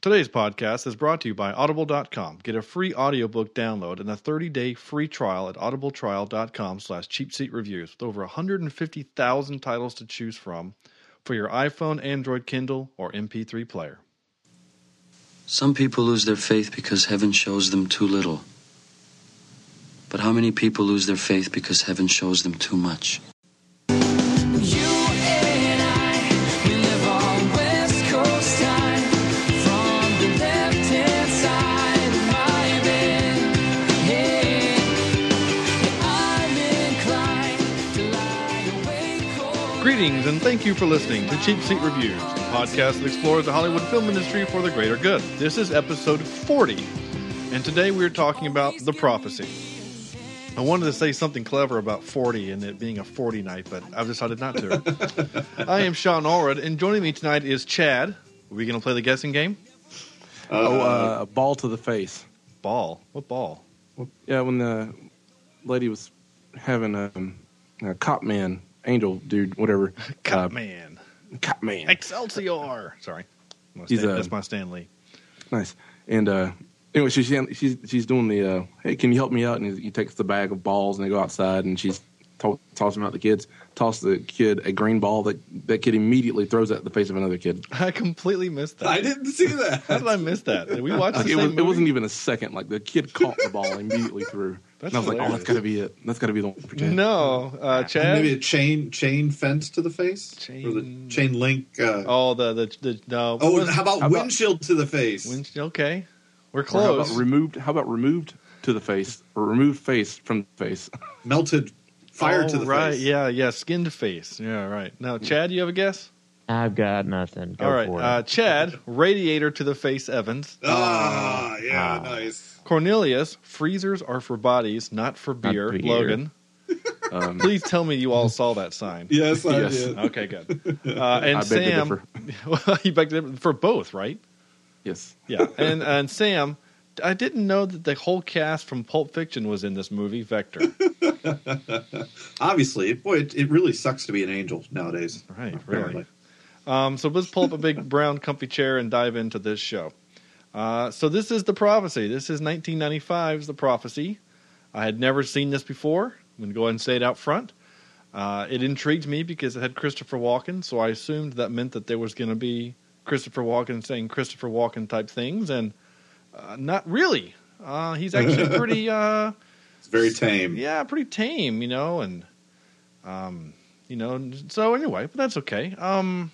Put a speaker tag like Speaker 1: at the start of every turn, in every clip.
Speaker 1: Today's podcast is brought to you by audible.com. Get a free audiobook download and a 30-day free trial at audibletrial.com slash cheapseatreviews with over 150,000 titles to choose from for your iPhone, Android, Kindle, or MP3 player.
Speaker 2: Some people lose their faith because heaven shows them too little. But how many people lose their faith because heaven shows them too much?
Speaker 3: You and I, we live on West Coast time. From the left hand side of my bed, I'm inclined to lie awake all
Speaker 1: Greetings and thank you for listening to Cheap Seat Reviews, the podcast that explores the Hollywood film industry for the greater good. This is episode 40, and today we're talking about The Prophecy. I wanted to say something clever about 40 and it being a 40 night, but I've decided not to. I am Sean Allred, and joining me tonight is Chad. Are we going to play the guessing game?
Speaker 4: Oh, uh, a ball to the face.
Speaker 1: Ball. What ball?
Speaker 4: Yeah, when the lady was having a, a cop man, angel dude, whatever.
Speaker 1: Cop
Speaker 4: Uh,
Speaker 1: man.
Speaker 4: Cop man.
Speaker 1: Excelsior. Sorry. My
Speaker 4: He's
Speaker 1: Stan-
Speaker 4: a-
Speaker 1: that's my Stanley.
Speaker 4: Nice. And uh, anyway, she's she's she's doing the uh, hey, can you help me out? And he takes the bag of balls and they go outside and she's to- tossing out the kids. Toss the kid a green ball that that kid immediately throws at the face of another kid.
Speaker 1: I completely missed that.
Speaker 5: I didn't see
Speaker 1: How
Speaker 5: that.
Speaker 1: did I miss that? Did we watch
Speaker 4: Like
Speaker 1: the same
Speaker 4: it, was, it
Speaker 1: movie?
Speaker 4: wasn't even a second. Like the kid caught the ball and immediately threw.
Speaker 1: That's
Speaker 4: and I was like, oh,
Speaker 1: hilarious.
Speaker 4: that's gotta be it. That's gotta be the one. for Ted."
Speaker 1: No, uh, Chad.
Speaker 5: Maybe a chain chain fence to the face, or
Speaker 1: Chain-
Speaker 5: the chain link. Uh, oh,
Speaker 1: Oh, the the, the no.
Speaker 5: and Oh, how about
Speaker 4: how about-
Speaker 5: windshield to the face?
Speaker 1: When- okay, we're
Speaker 4: Or how
Speaker 1: close.
Speaker 4: about removed? How about removed to the face or removed face from the face?
Speaker 5: Melted fire
Speaker 1: Oh,
Speaker 5: to the
Speaker 1: right,
Speaker 5: face.
Speaker 1: Yeah, yeah. Skinned face. Yeah, right. Now, Chad, you have a guess?
Speaker 6: I've got nothing. Go
Speaker 1: All right,
Speaker 6: for it.
Speaker 1: uh, Chad. Radiator to the face. Evans.
Speaker 5: Ah, yeah,
Speaker 6: Ah.
Speaker 5: nice.
Speaker 1: Cornelius. Freezers are for bodies, not for beer.
Speaker 6: beer.
Speaker 1: Logan.
Speaker 4: Um,
Speaker 1: Please tell me you all saw that sign.
Speaker 5: Yes, I
Speaker 4: Yes.
Speaker 5: did.
Speaker 1: Okay, good. Uh, and
Speaker 4: I beg to
Speaker 1: Sam,
Speaker 4: differ.
Speaker 1: well, you beg to differ for both, right?
Speaker 4: Yes.
Speaker 1: Yeah, and and Sam, I didn't know that the whole cast from Pulp Fiction was in this movie. Vector,
Speaker 5: Obviously, boy, it, it really sucks to be an angel nowadays.
Speaker 1: right? Really.
Speaker 5: Apparently.
Speaker 1: Um, so let's pull up a big brown comfy chair and dive into this show. Uh, so this is the prophecy. This is 1995's The Prophecy. I had never seen this before. I'm gonna go ahead and say it out front. Uh, it intrigued me because it had Christopher Walken, so I assumed that meant that there was going to be Christopher Walken saying Christopher Walken type things, and uh, not really. Uh, he's actually pretty. Uh,
Speaker 5: It's very tame.
Speaker 1: yeah, pretty tame, you know, and um, you know, and so anyway, but that's okay. Um,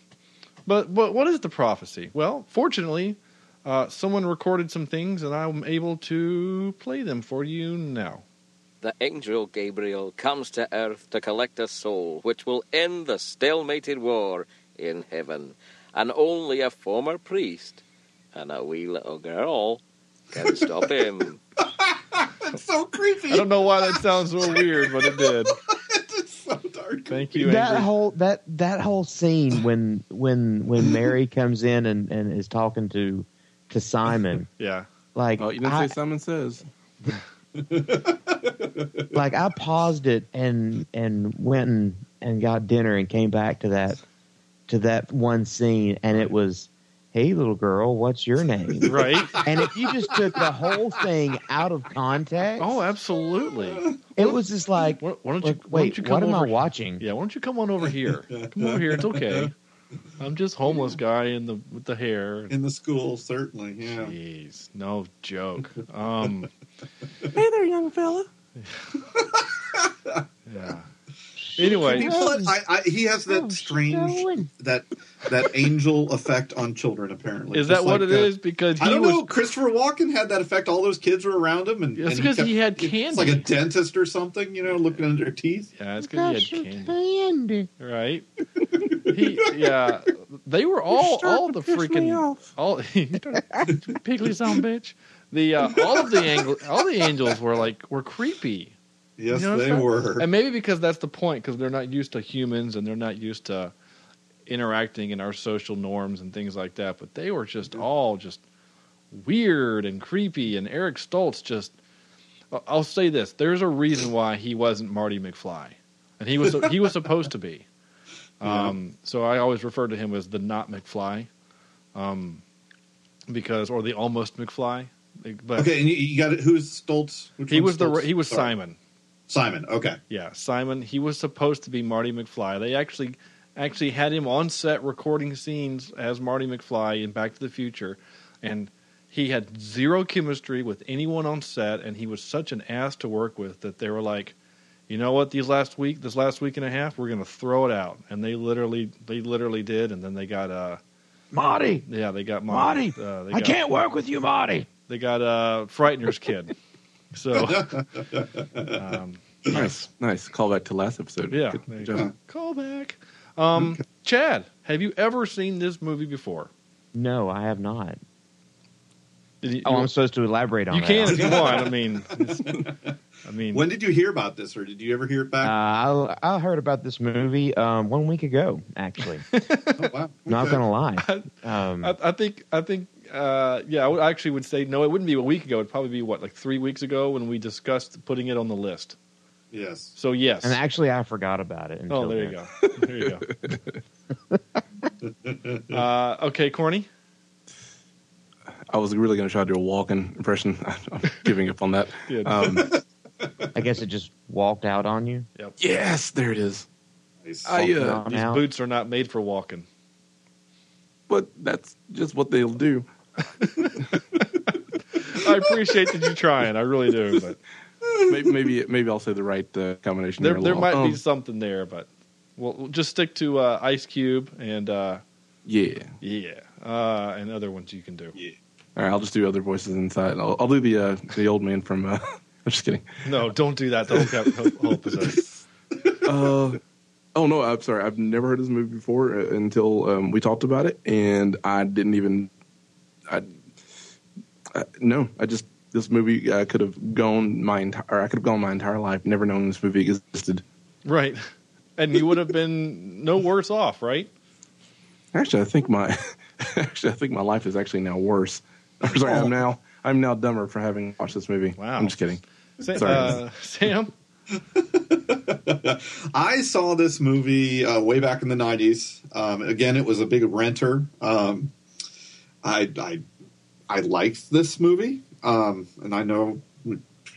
Speaker 1: but but what is the prophecy? Well, fortunately, uh, someone recorded some things, and I'm able to play them for you now.
Speaker 7: The angel Gabriel comes to earth to collect a soul which will end the stalemated war in heaven. And only a former priest and a wee little girl can stop him.
Speaker 5: That's so creepy.
Speaker 1: I don't know why that sounds so weird, but it did.
Speaker 5: it's so dark.
Speaker 1: Thank you,
Speaker 6: that
Speaker 1: Angry.
Speaker 6: whole that that whole scene when when when Mary comes in and, and is talking to to Simon,
Speaker 1: yeah,
Speaker 6: like
Speaker 4: Oh, you didn't
Speaker 6: I,
Speaker 4: say Simon says.
Speaker 6: like I paused it and and went and, and got dinner and came back to that to that one scene and it was, hey little girl, what's your name?
Speaker 1: right.
Speaker 6: and if you just took the whole thing out of context,
Speaker 1: Oh, absolutely.
Speaker 6: it was just like,
Speaker 1: Why, why don't you? why
Speaker 6: like,
Speaker 1: don't
Speaker 6: wait,
Speaker 1: you come
Speaker 6: what am
Speaker 1: over
Speaker 6: I
Speaker 1: here?
Speaker 6: watching?
Speaker 1: Yeah, why don't you come on over here? Come over here. It's okay. I'm just homeless guy in the with the hair.
Speaker 5: In the school, certainly. Yeah.
Speaker 1: Jeez, no joke. Um,
Speaker 4: Hey there, young fella.
Speaker 1: yeah.
Speaker 5: You
Speaker 1: Anyway,
Speaker 5: know what? I, I, he has
Speaker 1: Oh,
Speaker 4: Oh,
Speaker 5: that strange that that angel effect on children. Apparently,
Speaker 1: is that
Speaker 5: Just
Speaker 1: what
Speaker 5: like
Speaker 1: it
Speaker 5: the-
Speaker 1: is? Because he
Speaker 5: I don't
Speaker 1: was
Speaker 5: know. Christopher Walken had that effect. All those kids were around him, and
Speaker 1: It's
Speaker 5: and
Speaker 1: 'cause he had candy.
Speaker 5: It's like a dentist or something, you know, looking under their teeth.
Speaker 1: yeah, it's because he had candy, right? He, yeah, they were all all the freaking all piggly sound bitch. The uh, all of the angel, all the angels were like were creepy,
Speaker 5: Yes,
Speaker 1: You know what
Speaker 5: they
Speaker 1: I'm saying?
Speaker 5: were.
Speaker 1: and maybe because that's the point because they're not used to humans and they're not used to interacting in our social norms and things like that. But they were just all just weird and creepy. And Eric Stoltz just, I- I'll say this: there's a reason why he wasn't Marty McFly, and he was he was supposed to be. Um, So I always refer to him as the not McFly. Um, because or the almost McFly. But
Speaker 5: Okay, and you, you got it. Who's Stoltz? Which
Speaker 1: he was
Speaker 5: one's
Speaker 1: the
Speaker 5: Stoltz?
Speaker 1: he was
Speaker 5: Sorry.
Speaker 1: Simon.
Speaker 5: Simon. Okay.
Speaker 1: Yeah, Simon. He was supposed to be Marty McFly. They actually actually had him on set recording scenes as Marty McFly in Back to the Future, and he had zero chemistry with anyone on set, and he was such an ass to work with that they were like, you know what? These last week, this last week and a half, we're gonna throw it out, and they literally they literally did, and then they got uh
Speaker 6: Marty,
Speaker 1: yeah they got
Speaker 6: Marty,
Speaker 1: uh, they
Speaker 6: I
Speaker 1: got-
Speaker 6: can't work with you, Marty.
Speaker 1: they got uh Frightener's kid, so. Um,
Speaker 4: Nice, nice. Call back to last episode.
Speaker 1: Yeah.
Speaker 4: Good
Speaker 1: there you
Speaker 4: job.
Speaker 1: go. Call back. Um, Chad, have you ever seen this movie before?
Speaker 6: No, I have not.
Speaker 1: Did you,
Speaker 6: Oh, I'm supposed to elaborate on
Speaker 1: you
Speaker 6: that.
Speaker 1: can if you want. I mean, it's- I mean,
Speaker 5: When did you hear about this, or did you ever hear it
Speaker 6: Uh,
Speaker 5: back?
Speaker 6: I, I heard about this movie um, one week ago, actually.
Speaker 5: oh, wow.
Speaker 6: Not
Speaker 5: Okay.
Speaker 6: going to lie. Um,
Speaker 1: I, I think I think uh, yeah, I would- I actually would say no. It wouldn't be a week ago. It'd probably be what like three weeks ago when we discussed putting it on the list.
Speaker 5: Yes.
Speaker 1: So yes.
Speaker 6: and actually, I forgot about it. Until
Speaker 1: oh, there you
Speaker 6: then.
Speaker 1: go. There you go. uh, okay, corny.
Speaker 4: I was really going to try to do a walking impression. I'm giving up on that.
Speaker 1: Yeah.
Speaker 6: Oh,
Speaker 4: Um,
Speaker 6: I guess it just walked out on you.
Speaker 4: yes, there it is.
Speaker 5: Nice.
Speaker 4: I, uh,
Speaker 6: Walked
Speaker 1: These
Speaker 6: out.
Speaker 1: boots are not made for walking.
Speaker 4: But that's just what they'll do.
Speaker 1: I appreciate that you trying. I really do. But
Speaker 4: Maybe, maybe, maybe I'll say the right uh, combination.
Speaker 1: there,
Speaker 4: a
Speaker 1: there
Speaker 4: little.
Speaker 1: might
Speaker 4: Um,
Speaker 1: be something there, but we'll, we'll just stick to uh, Ice Cube and uh,
Speaker 4: Yeah.
Speaker 1: yeah, uh, and other ones you can do.
Speaker 5: Yeah.
Speaker 4: All right, I'll just do other voices inside. I'll, I'll do the uh, the old man from. Uh, I'm just kidding.
Speaker 1: No, don't do that. The whole, cap- whole episode.
Speaker 4: Uh, oh no, I'm sorry. I've never heard this movie before uh, until um, we talked about it, and I didn't even. I, I no, I just this movie. I could have gone my entire. I could have gone my entire life never knowing this movie existed.
Speaker 1: right, and you would have been no worse off, right?
Speaker 4: Actually, I think my. actually, I think my life is actually now worse. I'm sorry. I'm now. I'm now dumber for having watched this movie.
Speaker 1: Oh. Wow.
Speaker 4: I'm just kidding.
Speaker 1: Sa-
Speaker 4: Sorry.
Speaker 1: Uh, Sam.
Speaker 5: I saw this movie uh, way back in the '90s. Um, again, it was a big renter. Um, I, I I liked this movie, um, and I know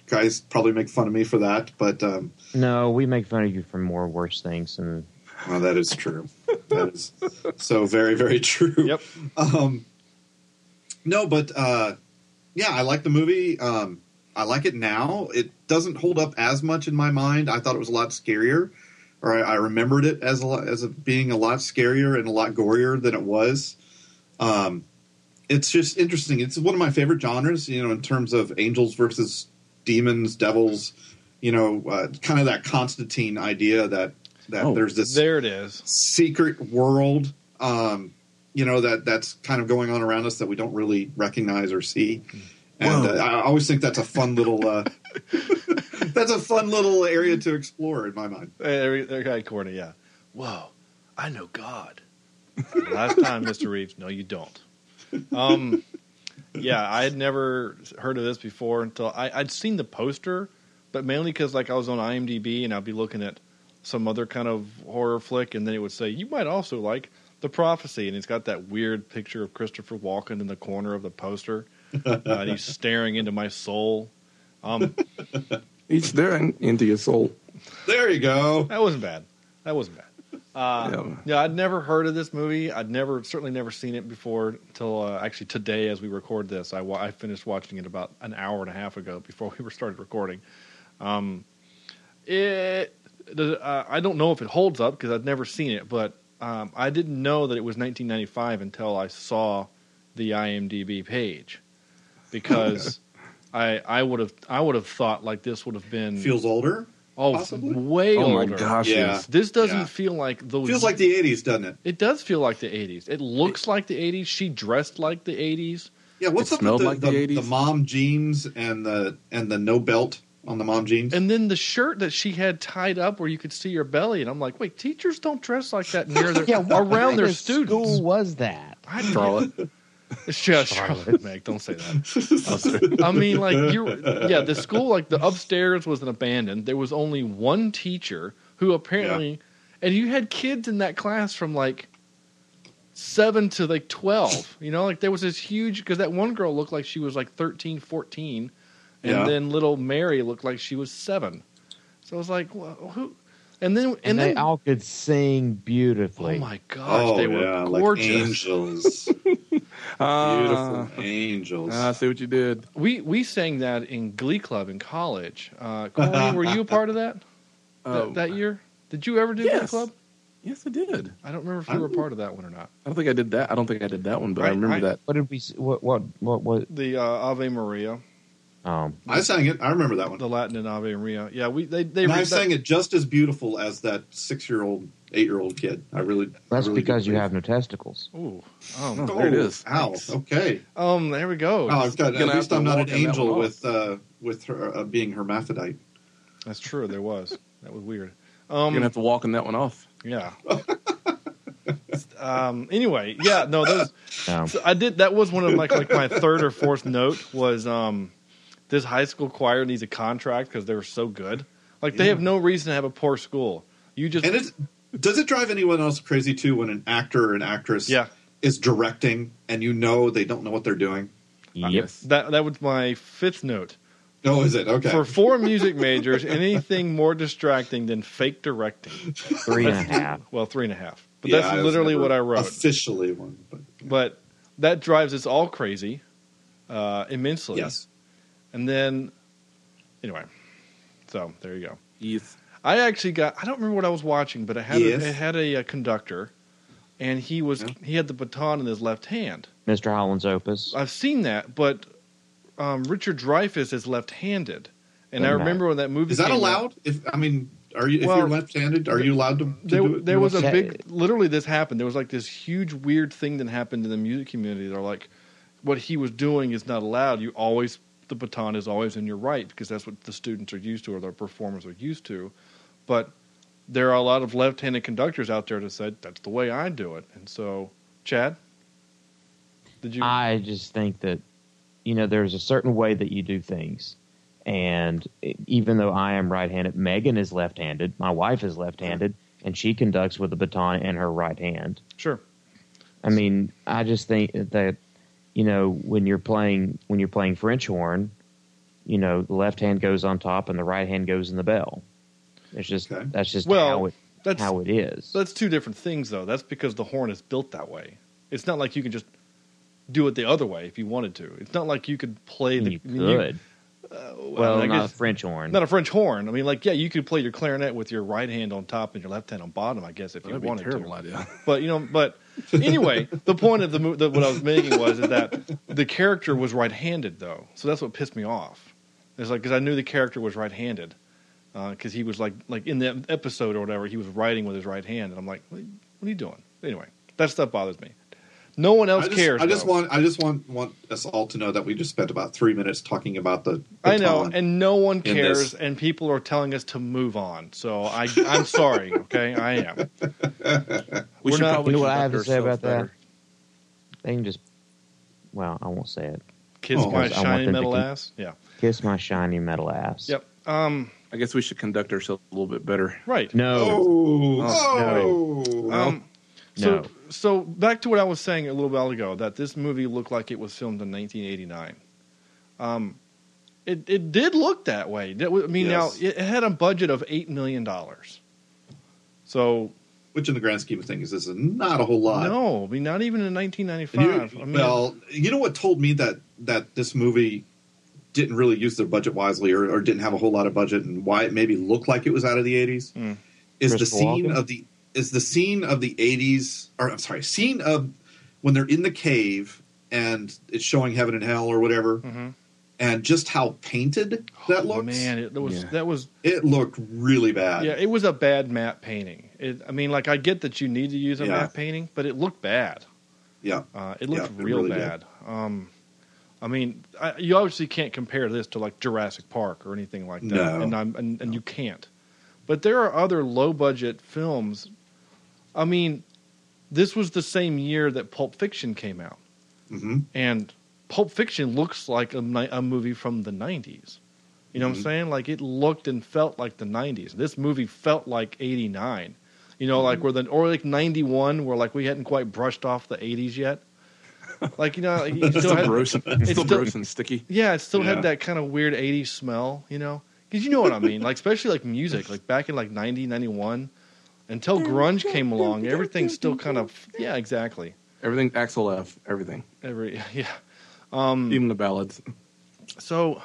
Speaker 5: guys probably make fun of me for that, but um,
Speaker 6: No, we make fun of you for more worse things. And
Speaker 5: well, Oh, that is true. That is so very very true.
Speaker 1: Yep.
Speaker 5: Um, no, but uh, yeah, I like the movie. Um, I like it now. It doesn't hold up as much in my mind. I thought it was a lot scarier, or I, I remembered it as a lot, as a, being a lot scarier and a lot gorier than it was. Um, it's just interesting. It's one of my favorite genres, you know, in terms of angels versus demons, devils. You know, uh, kind of that Constantine idea that that
Speaker 4: Oh,
Speaker 5: there's this
Speaker 1: There it is.
Speaker 5: secret world um you know that that's kind of going on around us that we don't really recognize or see and uh, i always think that's a fun little uh that's a fun little area to explore in my mind
Speaker 1: There, there, okay, corny. Yeah. Whoa, I know God. Last time, Mister Reeves. No, you don't. Um, yeah, I had never heard of this before until I, I'd seen the poster, but mainly because like I was on IMDb and I'd be looking at some other kind of horror flick, and then it would say you might also like The Prophecy, and it's got that weird picture of Christopher Walken in the corner of the poster. Uh, and he's staring into my soul. Um,
Speaker 4: He's there in, into your soul.
Speaker 5: there you go
Speaker 1: that wasn't bad. That wasn't bad. Uh,
Speaker 4: Yeah.
Speaker 1: Yeah, I'd never heard of this movie. I'd never, certainly never seen it before until uh, actually today, as we record this. I, wa- I finished watching it about an hour and a half ago before we were started recording. Um, it, the, uh, I don't know if it holds up because I'd never seen it, but um, I didn't know that it was 1995 until I saw the IMDb page because I I would have I would have thought like this would have been
Speaker 5: feels older
Speaker 1: oh
Speaker 5: possibly?
Speaker 1: way
Speaker 4: oh
Speaker 1: older.
Speaker 4: my gosh!
Speaker 5: Yeah.
Speaker 4: yes.
Speaker 1: This doesn't
Speaker 5: Yeah.
Speaker 1: feel like those
Speaker 5: feels like the 80s doesn't it
Speaker 1: it does feel like the 80s. It looks like the 80s. She dressed like the 80s.
Speaker 5: yeah what's
Speaker 4: It
Speaker 5: up with
Speaker 4: smelled
Speaker 5: the,
Speaker 4: like the
Speaker 5: the, the,
Speaker 4: 80s.
Speaker 5: mom jeans and the and the no belt on the mom jeans
Speaker 1: And then the shirt that she had tied up where you could see her belly. And I'm like, wait, teachers don't dress like that near their, around their students.
Speaker 6: School was that?
Speaker 1: I don't- It's just Charlotte, Meg. Don't say that. I mean, like you, are yeah. The school, like the upstairs, was an abandoned. There was only one teacher who apparently, and you had kids in that class from like seven to like 12. You know, like there was this huge, because that one girl looked like she was like 13, 14. And
Speaker 5: Yeah.
Speaker 1: then little Mary looked like she was seven. So I was like, well, who? And then, and,
Speaker 6: and, they
Speaker 1: then,
Speaker 6: all could sing beautifully.
Speaker 1: oh my gosh, they were gorgeous.
Speaker 5: like angels,
Speaker 4: Ah,
Speaker 5: beautiful angels.
Speaker 4: I see what you did.
Speaker 1: We we sang that in Glee Club in college. Uh, Corey, were you a part of that
Speaker 4: Uh,
Speaker 1: that, that year? Did you ever do Glee
Speaker 4: yes.
Speaker 1: Club?
Speaker 4: Oh. Yes, I did.
Speaker 1: I don't remember if you were a
Speaker 5: I'm-
Speaker 1: part of that one or not.
Speaker 4: I don't think I did that. I don't think I did that one, but I
Speaker 1: Right,
Speaker 4: remember
Speaker 1: right.
Speaker 4: that.
Speaker 6: What did we? s- What? What? What? What?
Speaker 1: The uh, Ave Maria,
Speaker 6: Um,
Speaker 5: I sang it. I remember that one.
Speaker 1: the Latin in Ave Maria. Yeah, we they they
Speaker 5: and I
Speaker 1: that-
Speaker 5: sang it just as beautiful as that six-year-old, eight-year-old kid. I really. I
Speaker 6: that's
Speaker 5: really do
Speaker 6: because you
Speaker 5: believe-
Speaker 6: have no testicles.
Speaker 1: Ooh, um,
Speaker 4: Oh, there it is.
Speaker 5: Ow. Okay.
Speaker 1: um, there we go.
Speaker 5: Oh, I've got,
Speaker 4: You're
Speaker 5: at
Speaker 4: gonna
Speaker 5: least
Speaker 4: have to
Speaker 5: I'm not an
Speaker 4: walk in that one
Speaker 5: angel
Speaker 4: off.
Speaker 5: with uh, with her, uh, being hermaphrodite.
Speaker 1: That's true. There was that was weird.
Speaker 4: I'm gonna
Speaker 1: Um,
Speaker 4: have to walk on that one off.
Speaker 1: yeah. um. Anyway, yeah. No, those
Speaker 6: Um,
Speaker 1: So I did. That was one of like like my third or fourth note was um, this high school choir needs a contract because they were so good. Like they
Speaker 5: Yeah.
Speaker 1: have no reason to have a poor school. You just
Speaker 5: And it's, does it drive anyone else crazy too when an actor or an actress
Speaker 1: yeah.
Speaker 5: is directing and you know they don't know what they're doing?
Speaker 6: yep.
Speaker 1: That that was my fifth note
Speaker 5: Oh, is it okay?
Speaker 1: for four music majors. Anything more distracting than fake directing?
Speaker 6: Three and a half.
Speaker 1: Well, three and a half. But
Speaker 5: Yeah,
Speaker 1: that's
Speaker 5: I was
Speaker 1: literally
Speaker 5: never
Speaker 1: what I wrote.
Speaker 5: Officially, one, but
Speaker 1: but that drives us all crazy uh, immensely.
Speaker 5: yes,
Speaker 1: And then anyway, so there you go.
Speaker 4: Yes.
Speaker 1: I actually got I don't remember what I was watching, but it had
Speaker 5: Yes.
Speaker 1: a, it had a, uh conductor and he was
Speaker 5: Yeah.
Speaker 1: he had the baton in his left hand.
Speaker 6: Mr. Holland's Opus.
Speaker 1: I've seen that, but um, Richard Dreyfuss is left-handed. And I
Speaker 6: Doesn't
Speaker 1: remember when that movie
Speaker 5: is that
Speaker 1: came out,
Speaker 5: allowed? If I mean, are you if
Speaker 1: Well,
Speaker 5: you're left-handed, are you allowed to, to
Speaker 1: there,
Speaker 5: do it?
Speaker 1: there was a
Speaker 6: Yeah.
Speaker 1: big literally this happened. There was like this huge weird thing that happened in the music community. They're like what he was doing is not allowed. You always the baton is always in your right because that's what the students are used to or the performers are used to. But there are a lot of left-handed conductors out there that said that's the way I do it. And so, Chad, did you?
Speaker 6: I just think that, you know, there's a certain way that you do things. And it- even though I am right handed, Megan is left handed. My wife is left handed, and she conducts with a baton in her right hand.
Speaker 1: sure.
Speaker 6: I mean, I just think that you know when you're playing when you're playing French horn, you know the left hand goes on top and the right hand goes in the bell. It's just
Speaker 5: Okay.
Speaker 6: that's just
Speaker 1: Well,
Speaker 6: how it
Speaker 1: That's
Speaker 6: how it is.
Speaker 1: that's two different things though. That's because the horn is built that way. It's not like you can just do it the other way if you wanted to. It's not like you could play the
Speaker 6: you
Speaker 1: I mean, you-
Speaker 6: could.
Speaker 1: uh,
Speaker 6: well,
Speaker 1: I mean, I
Speaker 6: not a
Speaker 1: guess-
Speaker 6: French horn.
Speaker 1: not a French horn. I mean, like, yeah, you could play your clarinet with your right hand on top and your left hand on bottom, I guess, if you
Speaker 4: That'd be a
Speaker 1: wanted
Speaker 4: terrible
Speaker 1: to.
Speaker 4: idea.
Speaker 1: But you know, but anyway, the point of the, mo- the what I was making was is that the character was right-handed though, so that's what pissed me off. It's like because I knew the character was right-handed because he was like like in the episode or whatever he was writing with his right hand, and I'm like, what, what are you doing? Anyway, that stuff bothers me. No one else
Speaker 5: I just,
Speaker 1: cares.
Speaker 5: I just
Speaker 1: though.
Speaker 5: want I just want want us all to know that we just spent about three minutes talking about the.
Speaker 1: I know,
Speaker 5: baton.
Speaker 1: and no one
Speaker 5: in
Speaker 1: cares,
Speaker 5: this.
Speaker 1: and people are telling us to move on. So I, I'm sorry. Okay, I am.
Speaker 4: We
Speaker 1: We're
Speaker 4: should
Speaker 1: not-
Speaker 4: probably
Speaker 6: you know what I have to
Speaker 4: conduct
Speaker 6: say about
Speaker 4: ourselves
Speaker 6: that?
Speaker 4: better.
Speaker 6: They can just well, I won't say it.
Speaker 1: Kiss
Speaker 5: Oh.
Speaker 1: my
Speaker 6: Because I want
Speaker 1: shiny
Speaker 6: them to
Speaker 1: metal
Speaker 6: keep-
Speaker 1: ass. Yeah.
Speaker 6: Kiss my shiny metal ass.
Speaker 1: Yep. Um.
Speaker 4: I guess we should conduct ourselves a little bit better.
Speaker 1: Right.
Speaker 6: No.
Speaker 5: Oh,
Speaker 6: Oh,
Speaker 5: oh.
Speaker 1: Um. So
Speaker 6: No.
Speaker 1: so back to what I was saying a little while ago that this movie looked like it was filmed in 1989. Um, it it did look that way. That was, I mean,
Speaker 5: Yes.
Speaker 1: now it it had a budget of eight million dollars. So
Speaker 5: which in the grand scheme of things is not a whole lot.
Speaker 1: no, I mean not even in
Speaker 5: And
Speaker 1: 1995.
Speaker 5: You,
Speaker 1: I mean,
Speaker 5: well, you know what told me that that this movie didn't really use their budget wisely, or, or didn't have a whole lot of budget, and why it maybe looked like it was out of the eighties
Speaker 1: Mm.
Speaker 5: is the
Speaker 6: Christopher
Speaker 5: scene
Speaker 6: Walken?
Speaker 5: of the is the scene of the eighties, or I'm sorry, scene of when they're in the cave and it's showing heaven and hell or whatever,
Speaker 1: mhm.
Speaker 5: and just how painted that looks.
Speaker 1: Oh, man, it, that was
Speaker 4: Yeah.
Speaker 1: that was
Speaker 5: It looked really bad.
Speaker 1: yeah, it was a bad matte painting. It, I mean, like I get that you need to use a
Speaker 5: Yeah.
Speaker 1: matte painting, but it looked bad.
Speaker 5: yeah.
Speaker 1: Uh, it looked
Speaker 5: Yeah, it
Speaker 1: real
Speaker 5: really did.
Speaker 1: bad. Um, I mean, I, you obviously can't compare this to like Jurassic Park or anything like that,
Speaker 5: No.
Speaker 1: and, I'm, and, and you can't. But there are other low budget films. I mean, this was the same year that Pulp Fiction came out,
Speaker 5: hmm
Speaker 1: and Pulp Fiction looks like a, ni- a movie from the '90s. You know what I'm
Speaker 5: Mhm.
Speaker 1: saying? Like it looked and felt like the '90s. This movie felt like '89. You know, like we're the or like ninety one, where like we hadn't quite brushed off the eighties yet. Like you know, like, you
Speaker 4: It's
Speaker 1: still
Speaker 4: still
Speaker 1: had,
Speaker 4: gross. and- It's still
Speaker 1: still-
Speaker 4: gross and sticky.
Speaker 1: yeah, it still
Speaker 5: Yeah.
Speaker 1: had that kind of weird 80s smell, you know? Because you know what I mean. Like, especially like music, like back in like 90, 91, until grunge came along, everything still kind of, yeah, exactly.
Speaker 4: Everything Axel F. Everything,
Speaker 1: Every, yeah. Um,
Speaker 4: even the ballads.
Speaker 1: so,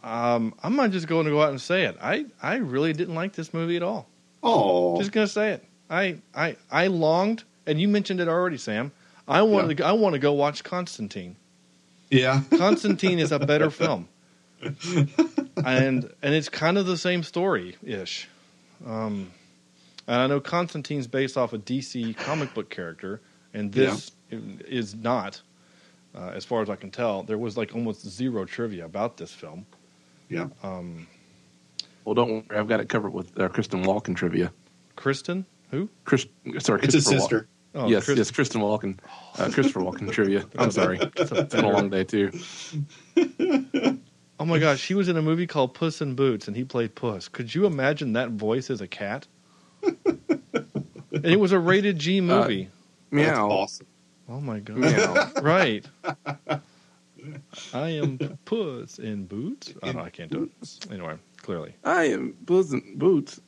Speaker 1: um, I'm not just going to go out and say it. I, I really didn't like this movie at all.
Speaker 5: Oh,
Speaker 1: Just going to say it. I, I, I longed, and you mentioned it already, Sam. I want to, I want to go watch Constantine.
Speaker 5: yeah.
Speaker 1: Constantine is a better film, and and it's kind of the same story ish. Um, and I know Constantine's based off a DC comic book character, and this is not, uh, as far as I can tell. There was like almost zero trivia about this film.
Speaker 5: Yeah.
Speaker 1: Um,
Speaker 4: Well, don't worry, I've got it covered with uh, Kristen Walken trivia.
Speaker 1: Kristen, who?
Speaker 4: Chris, sorry,
Speaker 5: It's his
Speaker 4: Christopher Walken.
Speaker 5: sister.
Speaker 1: Oh,
Speaker 4: yes,
Speaker 1: Chris-
Speaker 4: yes, Kristen Walken, uh, Christopher Walken trivia. I'm sorry, it's been a long day too.
Speaker 1: Oh my gosh, she was in a movie called Puss in Boots, and he played Puss. Could you imagine that voice as a cat? and it was a rated G
Speaker 4: Uh,
Speaker 1: movie.
Speaker 5: That's
Speaker 4: Meow,
Speaker 5: awesome.
Speaker 1: oh my god.
Speaker 4: meow.
Speaker 1: right. I am puss in boots. I, don't, I can't do it. Anyway, clearly,
Speaker 4: I am Pleasant Boots.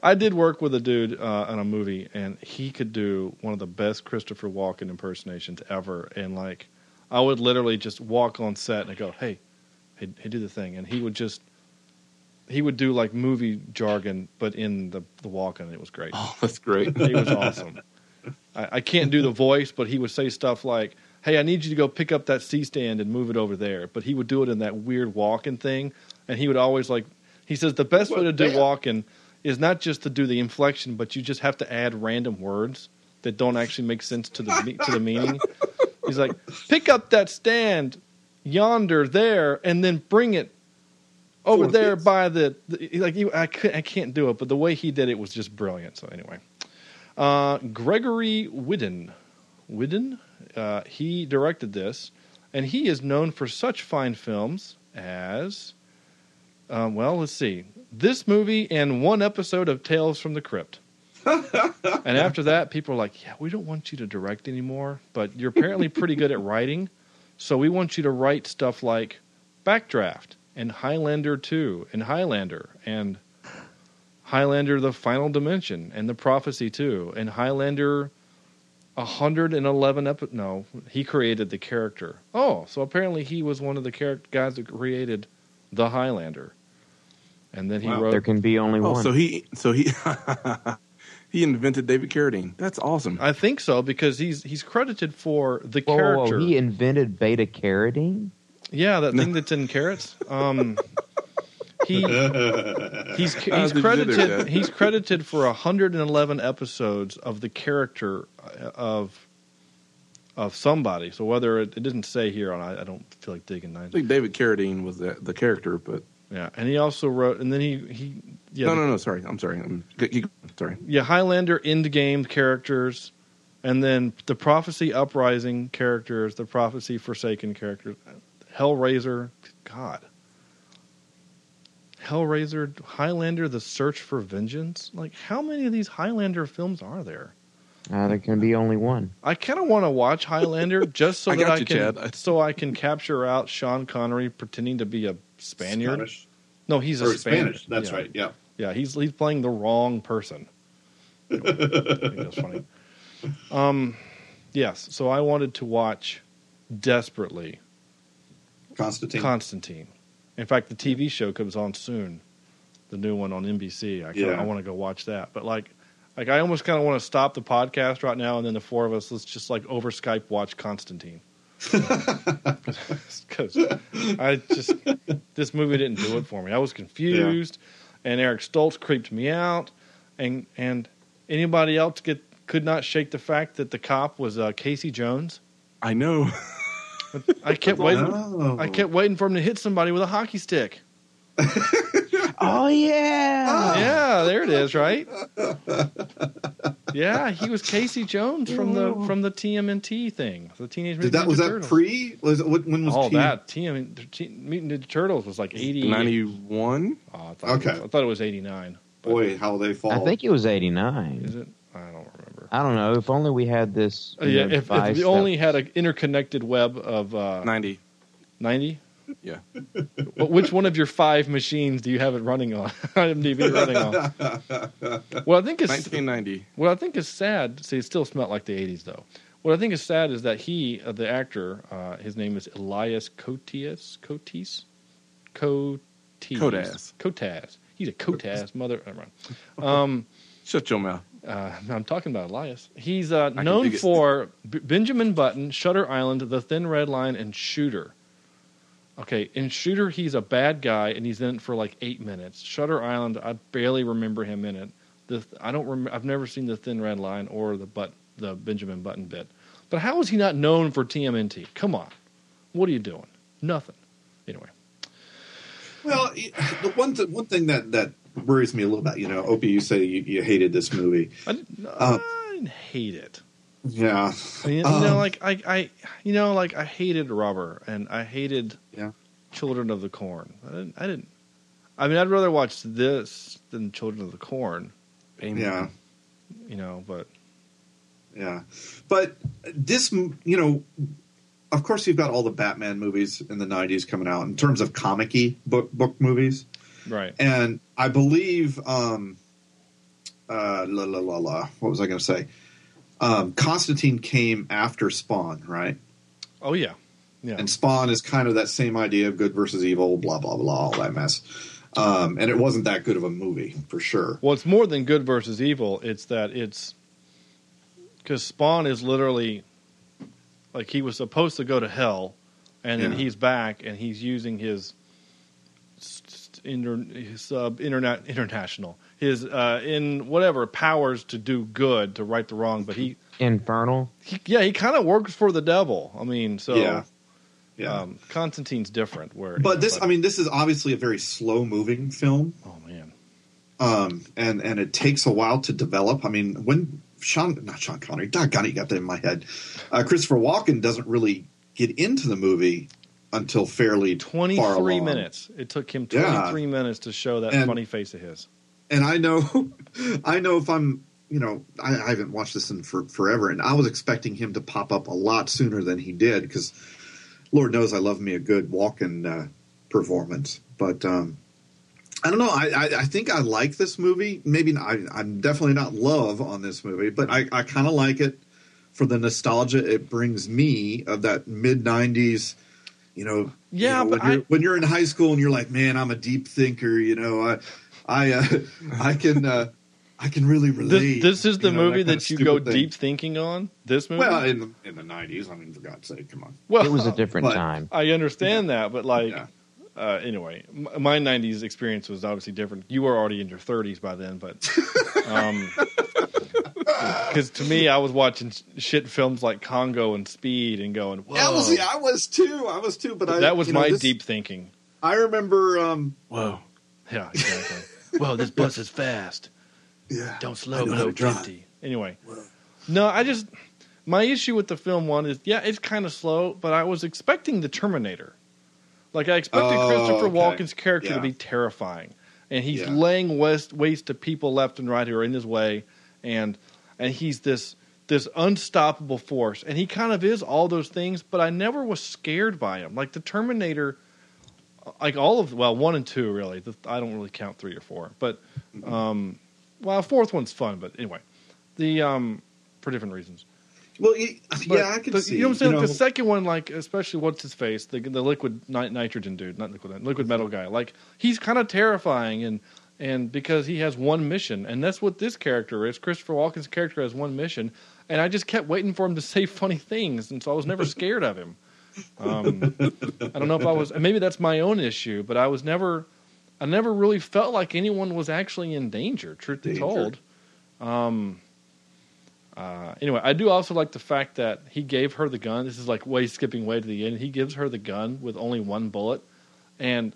Speaker 1: I did work with a dude uh, on a movie, and he could do one of the best Christopher Walken impersonations ever. And like, I would literally just walk on set and I'd go, "Hey, hey, hey, do the thing," and he would just. He would do like movie jargon, but in the the walk and It was great.
Speaker 4: Oh, that's great.
Speaker 1: He was awesome. I, I can't do the voice, but he would say stuff like, "Hey, I need you to go pick up that C stand and move it over there." But he would do it in that weird walking thing, and he would always like he says the best way to do
Speaker 5: Well,
Speaker 1: walking is not just to do the inflection, but you just have to add random words that don't actually make sense to the me- to the meaning. He's like, "Pick up that stand yonder there, and then bring it." Over
Speaker 5: Four
Speaker 1: there
Speaker 5: kids.
Speaker 1: by the, the like you, I, could, I can't do it, but the way he did it was just brilliant. So anyway, uh, Gregory Whidden. Whidden, uh, he directed this, and he is known for such fine films as, um, well, let's see, this movie and one episode of Tales from the Crypt. and after that, people are like, yeah, we don't want you to direct anymore, but you're apparently pretty good at writing, so we want you to write stuff like Backdraft and Highlander 2 and Highlander and Highlander The Final Dimension and The Prophecy 2 and Highlander 111 episodes. No, he created the character. Oh, so apparently he was one of the character guys that created The Highlander. And then he
Speaker 5: Wow.
Speaker 1: wrote.
Speaker 6: There can be only one.
Speaker 4: Oh, so he, so he, he invented David Carradine. That's
Speaker 8: Uh,
Speaker 4: awesome.
Speaker 1: I think so because he's he's credited for the
Speaker 6: Whoa, whoa, whoa,
Speaker 1: character.
Speaker 6: He invented beta carotene.
Speaker 1: yeah, that thing that's in carrots. Um, he he's
Speaker 4: Uh,
Speaker 1: he's
Speaker 4: the jitter, yeah.
Speaker 1: credited he's credited for 111 episodes of the character uh, of of somebody. So whether it, it didn't say here on I, I don't feel like digging
Speaker 4: I
Speaker 1: nine.
Speaker 4: think David Carradine was the, the character, but
Speaker 1: Yeah, and he also wrote and then he he yeah
Speaker 4: no,
Speaker 1: the-
Speaker 4: no, no. Sorry, I'm sorry. I'm g- g- sorry.
Speaker 1: yeah Highlander endgame characters. And then the Prophecy Uprising characters, the Prophecy Forsaken characters, Hellraiser, God, Hellraiser, Highlander, The Search for Vengeance. Like, how many of these Highlander films are there?
Speaker 6: Uh, there can be only one.
Speaker 1: I kind of want to watch Highlander just so
Speaker 4: I
Speaker 1: that
Speaker 4: got
Speaker 1: I
Speaker 4: you,
Speaker 1: can
Speaker 4: Chad.
Speaker 1: so I can capture out Sean Connery pretending to be a Spaniard.
Speaker 5: Spanish.
Speaker 1: No, he's a
Speaker 5: Or Spanish. That's
Speaker 1: Yeah.
Speaker 5: right. Yeah.
Speaker 1: Yeah, he's he's playing the wrong person. I think that's funny. Um, yes. So I wanted to watch desperately
Speaker 5: Constantine.
Speaker 1: Constantine. In fact, the TV show comes on soon, the new one on NBC. I kinda,
Speaker 5: Yeah.
Speaker 1: I want to go watch that. But like, like I almost kind of want to stop the podcast right now, and then the four of us let's just like over Skype watch Constantine. Because I just this movie didn't do it for me. I was confused, and Eric Stoltz creeped me out, and and anybody else get could not shake the fact that the cop was uh, Casey Jones.
Speaker 4: I know.
Speaker 1: I kept waiting.
Speaker 5: Oh.
Speaker 1: I kept waiting for him to hit somebody with a hockey stick.
Speaker 6: Oh yeah.
Speaker 1: Yeah, there it is, right? yeah, he was Casey Jones from the from the TMNT thing, the Teenage
Speaker 5: Oh.
Speaker 1: Mutant
Speaker 5: Did that
Speaker 1: Ninja
Speaker 5: was that
Speaker 1: Turtles.
Speaker 5: pre? Was it- when was
Speaker 1: All
Speaker 5: T-
Speaker 1: that TM Mutant Ninja Turtles was like eighty.
Speaker 4: Ninety one.
Speaker 1: Oh, I thought it
Speaker 5: Okay.
Speaker 1: was- I thought it was eighty nine.
Speaker 5: boy, how they fall.
Speaker 6: I think it was
Speaker 1: Is
Speaker 6: 89.
Speaker 1: it? I don't remember.
Speaker 6: I don't know. If only we had this.
Speaker 1: Uh,
Speaker 6: you
Speaker 1: yeah,
Speaker 6: know,
Speaker 1: if, if
Speaker 6: device
Speaker 1: we
Speaker 6: that-
Speaker 1: only had an interconnected web of uh,
Speaker 4: Ninety.
Speaker 1: 90,
Speaker 4: Yeah.
Speaker 1: Wh- which one of your five machines do you have it running on? IMDb running on? Well, I think it's
Speaker 4: Nineteen ninety.
Speaker 1: What I think is sad, see, it still smelled like the 80s, though. What I think is sad is that he, uh, the actor, uh, his name is Elias Cotias, Cotis, Cotis,
Speaker 4: Kotas.
Speaker 1: Cotas. He's a Cotas mother. never mind. Um,
Speaker 4: Shut your mouth.
Speaker 1: uh, I'm talking about Elias. He's uh,
Speaker 4: can
Speaker 1: known
Speaker 4: dig it.
Speaker 1: for B- Benjamin Button, Shutter Island, The Thin Red Line, and Shooter. Okay, in Shooter, he's a bad guy, and he's in it for like eight minutes. Shutter Island, I barely remember him in it. The th- I don't. Rem- I've never seen the Thin Red Line or the but the Benjamin Button bit. But how is he not known for TMNT? Come on, what are you doing? Nothing. Anyway,
Speaker 5: Well, y- the one th- one thing that that worries me a little bit, you know, Opie, you say you, you hated this movie.
Speaker 1: I didn't,
Speaker 5: Uh,
Speaker 1: I didn't hate it.
Speaker 5: Yeah,
Speaker 1: I mean, you
Speaker 5: Um,
Speaker 1: know, like I, I, you know, like I hated Rubber and I hated
Speaker 5: Yeah.
Speaker 1: Children of the Corn. I didn't, I didn't. I mean, I'd rather watch this than Children of the Corn.
Speaker 4: Amen.
Speaker 5: yeah,
Speaker 1: You know, but
Speaker 5: yeah. But this, m- you know, of course, you've got all the Batman movies in the '90s coming out in terms of comic-y book book movies.
Speaker 1: right.
Speaker 5: and I believe um, uh, la la la la. What was I going to say? Um, Constantine came after Spawn, right?
Speaker 1: Oh yeah, yeah.
Speaker 5: And Spawn is kind of that same idea of good versus evil, blah blah blah, all that mess. Um, and it wasn't that good of a movie for sure.
Speaker 1: Well, it's more than good versus evil. It's that it's because Spawn is literally like he was supposed to go to hell, and then
Speaker 5: Yeah.
Speaker 1: he's back, and he's using his s- s- inter, his uh, internet international his uh, in whatever powers to do good to right the wrong. But he,
Speaker 6: Infernal.
Speaker 1: he yeah, he kind of works for the devil. I mean, so
Speaker 5: Yeah, yeah.
Speaker 1: Um, Constantine's different. Where,
Speaker 5: but this, I mean, this is obviously a very slow-moving film,
Speaker 1: oh man,
Speaker 5: um, and and it takes a while to develop. I mean, when Sean, not Sean Connery, doggone it, you got that in my head. Uh, Christopher Walken doesn't really get into the movie until fairly
Speaker 1: twenty
Speaker 5: far
Speaker 1: three
Speaker 5: along.
Speaker 1: minutes. It took him
Speaker 5: Yeah.
Speaker 1: twenty three minutes to show that
Speaker 5: And-
Speaker 1: funny face of his.
Speaker 5: And I know, I know if I'm, you know, I, I haven't watched this in for, forever, and I was expecting him to pop up a lot sooner than he did because, Lord knows, I love me a good Walken uh, performance, but. um I don't know. I, I, I think I like this movie. Maybe not, I, I'm definitely not love on this movie, but I, I kind of like it for the nostalgia it brings me of that mid '90s. You know, you
Speaker 1: Yeah,
Speaker 5: know,
Speaker 1: but
Speaker 5: when, you're,
Speaker 1: I-
Speaker 5: when you're in high school and you're like, man, I'm a deep thinker. You know, I I uh, I can uh, I can really relate.
Speaker 1: This, this is the
Speaker 5: know,
Speaker 1: movie
Speaker 5: kinda
Speaker 1: that, you go
Speaker 5: stupid thing.
Speaker 1: deep thinking on. This movie.
Speaker 5: Well, in the, in the '90s, I mean, for God's sake, come on.
Speaker 1: Well,
Speaker 6: It was a different
Speaker 5: But-
Speaker 6: time.
Speaker 1: I understand that, but like,
Speaker 5: Yeah.
Speaker 1: uh, anyway, m- my '90s experience was obviously different. You were already in your 30s by then, but because to me, I was watching sh- shit films like Congo and Speed and going, "Whoa."
Speaker 5: Yeah, I was, I was too. I was too. But I,
Speaker 1: that was
Speaker 5: you know,
Speaker 1: my
Speaker 5: this-
Speaker 1: deep thinking.
Speaker 5: I remember. Um,
Speaker 4: Whoa.
Speaker 1: Yeah, exactly. Whoa, this bus is fast.
Speaker 5: yeah,
Speaker 1: Don't
Speaker 5: I
Speaker 1: slow
Speaker 5: know how
Speaker 1: below
Speaker 5: to drive.
Speaker 1: 50. Anyway. No, I just my issue with the film one is yeah, it's kind of slow, but I was expecting the Terminator. Like I expected
Speaker 5: Oh,
Speaker 1: Christopher
Speaker 5: okay.
Speaker 1: Walken's character to
Speaker 5: Yeah.
Speaker 1: be terrifying, and he's
Speaker 5: Yeah.
Speaker 1: laying west, waste to people left and right who are in his way, and and he's this this unstoppable force, and he kind of is all those things. But I never was scared by him. Like the Terminator, like all of well one and two really. The, I don't really count three or four, but um, well fourth one's fun, but anyway, the um for different reasons.
Speaker 5: Well, you-
Speaker 1: But
Speaker 5: yeah, I can
Speaker 1: the,
Speaker 5: see.
Speaker 1: You know what I'm saying?
Speaker 5: you
Speaker 1: Like,
Speaker 5: know,
Speaker 1: the second one, like especially what's his face, the the liquid ni- nitrogen dude, not liquid liquid metal guy. Like he's kind of terrifying, and and because he has one mission, and that's what this character is. Christopher Walken's character has one mission, and I just kept waiting for him to say funny things, and so I was never scared of him. Um, I don't know if I was. and Maybe that's my own issue, but I was never. I never really felt like anyone was actually in danger. Truth be
Speaker 5: Danger.
Speaker 1: told. Um, uh, anyway, I do also like the fact that he gave her the gun. This is like way skipping way to the end. He gives her the gun with only one bullet, and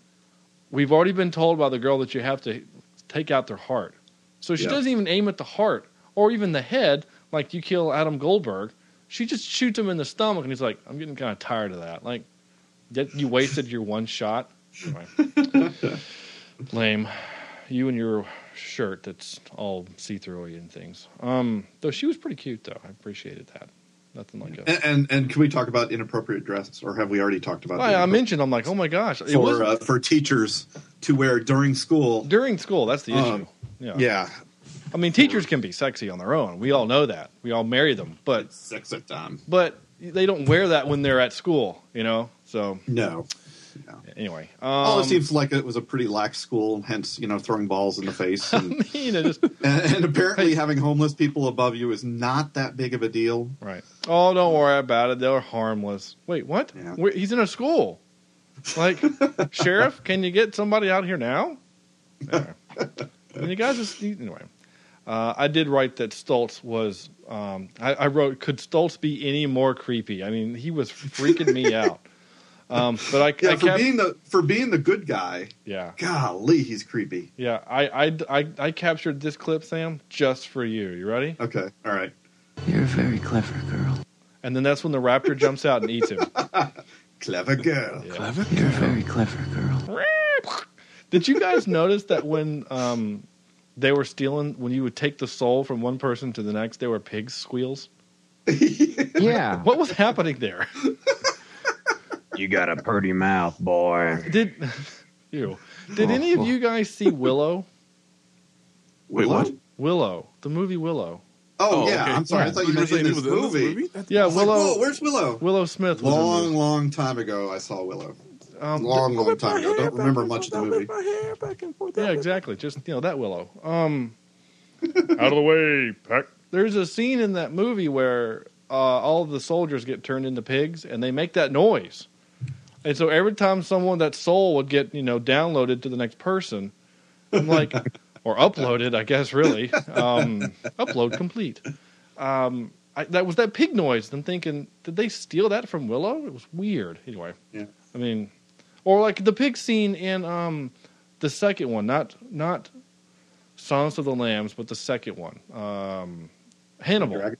Speaker 1: we've already been told by the girl that you have to take out their heart. So she
Speaker 5: Yeah.
Speaker 1: doesn't even aim at the heart or even the head, like you kill Adam Goldberg. She just shoots him in the stomach, and he's like, "I'm getting kind of tired of that. Like, that you wasted your one shot. Anyway. Lame. You and your shirt that's all see throughy and things. Um, though she was pretty cute though. I appreciated that. Nothing like a
Speaker 5: And, and and can we talk about inappropriate dress, or have we already talked about?
Speaker 1: Well, I, I
Speaker 5: inappropriate-
Speaker 1: mentioned I'm like, oh my gosh, it
Speaker 5: for
Speaker 1: was
Speaker 5: uh, for teachers to wear during school.
Speaker 1: during school. That's the
Speaker 5: Um,
Speaker 1: issue. Yeah.
Speaker 5: Yeah,
Speaker 1: I mean, teachers can be sexy on their own. We all know that. We all marry them, but
Speaker 5: it's six at time.
Speaker 1: but they don't wear that when they're at school. You know. So
Speaker 5: No,
Speaker 1: anyway, um,
Speaker 5: oh, it seems like it was a pretty lax school, hence you know throwing balls in the face,
Speaker 1: I
Speaker 5: and,
Speaker 1: mean, it just
Speaker 5: and, and apparently having homeless people above you is not that big of a deal.
Speaker 1: Right. Oh, don't worry about it. They're harmless. Wait, what?
Speaker 5: Yeah.
Speaker 1: Where, he's in a school. Like, sheriff, can you get somebody out here now? Anyway. I mean, you guys just anyway. Uh, I did write that Stoltz was. Um, I, I wrote, could Stoltz be any more creepy? I mean, he was freaking me out. Um, but I,
Speaker 5: Yeah,
Speaker 1: I
Speaker 5: for
Speaker 1: kept,
Speaker 5: being the for being the good guy,
Speaker 1: yeah,
Speaker 5: golly, he's creepy.
Speaker 1: yeah. I, I, I, I captured this clip, Sam, just for you. You ready?
Speaker 5: Okay, all right.
Speaker 2: You're a very clever girl.
Speaker 1: And then that's when the raptor jumps out and eats him.
Speaker 5: Clever girl.
Speaker 1: Yeah.
Speaker 4: Clever.
Speaker 2: You're a very clever girl.
Speaker 1: Did you guys notice that when um, they were stealing, when you would take the soul from one person to the next, there were pig squeals?
Speaker 6: Yeah.
Speaker 1: What was happening there?
Speaker 6: you got a pretty mouth, boy.
Speaker 1: Did you? Did any of you guys see Willow?
Speaker 4: Wait, what?
Speaker 1: Willow, the movie Willow.
Speaker 5: Oh,
Speaker 4: Oh,
Speaker 5: yeah.
Speaker 4: okay.
Speaker 5: I'm sorry. I thought you
Speaker 4: were
Speaker 5: meant
Speaker 4: saying
Speaker 5: in
Speaker 4: he
Speaker 5: this
Speaker 4: was
Speaker 5: movie.
Speaker 4: That's-
Speaker 1: Yeah,
Speaker 5: I was like,
Speaker 1: Willow.
Speaker 5: Whoa, where's Willow?
Speaker 1: Willow Smith was
Speaker 5: Long,
Speaker 1: in
Speaker 5: long time ago, I saw Willow.
Speaker 1: this. Um,
Speaker 5: Long, long
Speaker 4: Whip
Speaker 5: time
Speaker 4: my
Speaker 5: ago.
Speaker 4: hair
Speaker 5: Don't
Speaker 4: back
Speaker 5: remember
Speaker 4: and
Speaker 5: much of the
Speaker 4: forth, I
Speaker 5: movie.
Speaker 4: whip my hair back and forth, I
Speaker 1: Yeah,
Speaker 4: whip-
Speaker 1: exactly. Just you know that Willow. Um, out of the way, Peck. There's a scene in that movie where uh, all of the soldiers get turned into pigs, and they make that noise. And so every time someone that soul would get you know downloaded to the next person, I'm like, or uploaded, I guess really. Um, upload complete. Um, I, that was that pig noise. and I'm thinking, did they steal that from Willow? It was weird. Anyway,
Speaker 5: Yeah.
Speaker 1: I mean, or like the pig scene in um, the second one, not not Silence of the Lambs, but the second one, um, Hannibal.
Speaker 5: Dragon?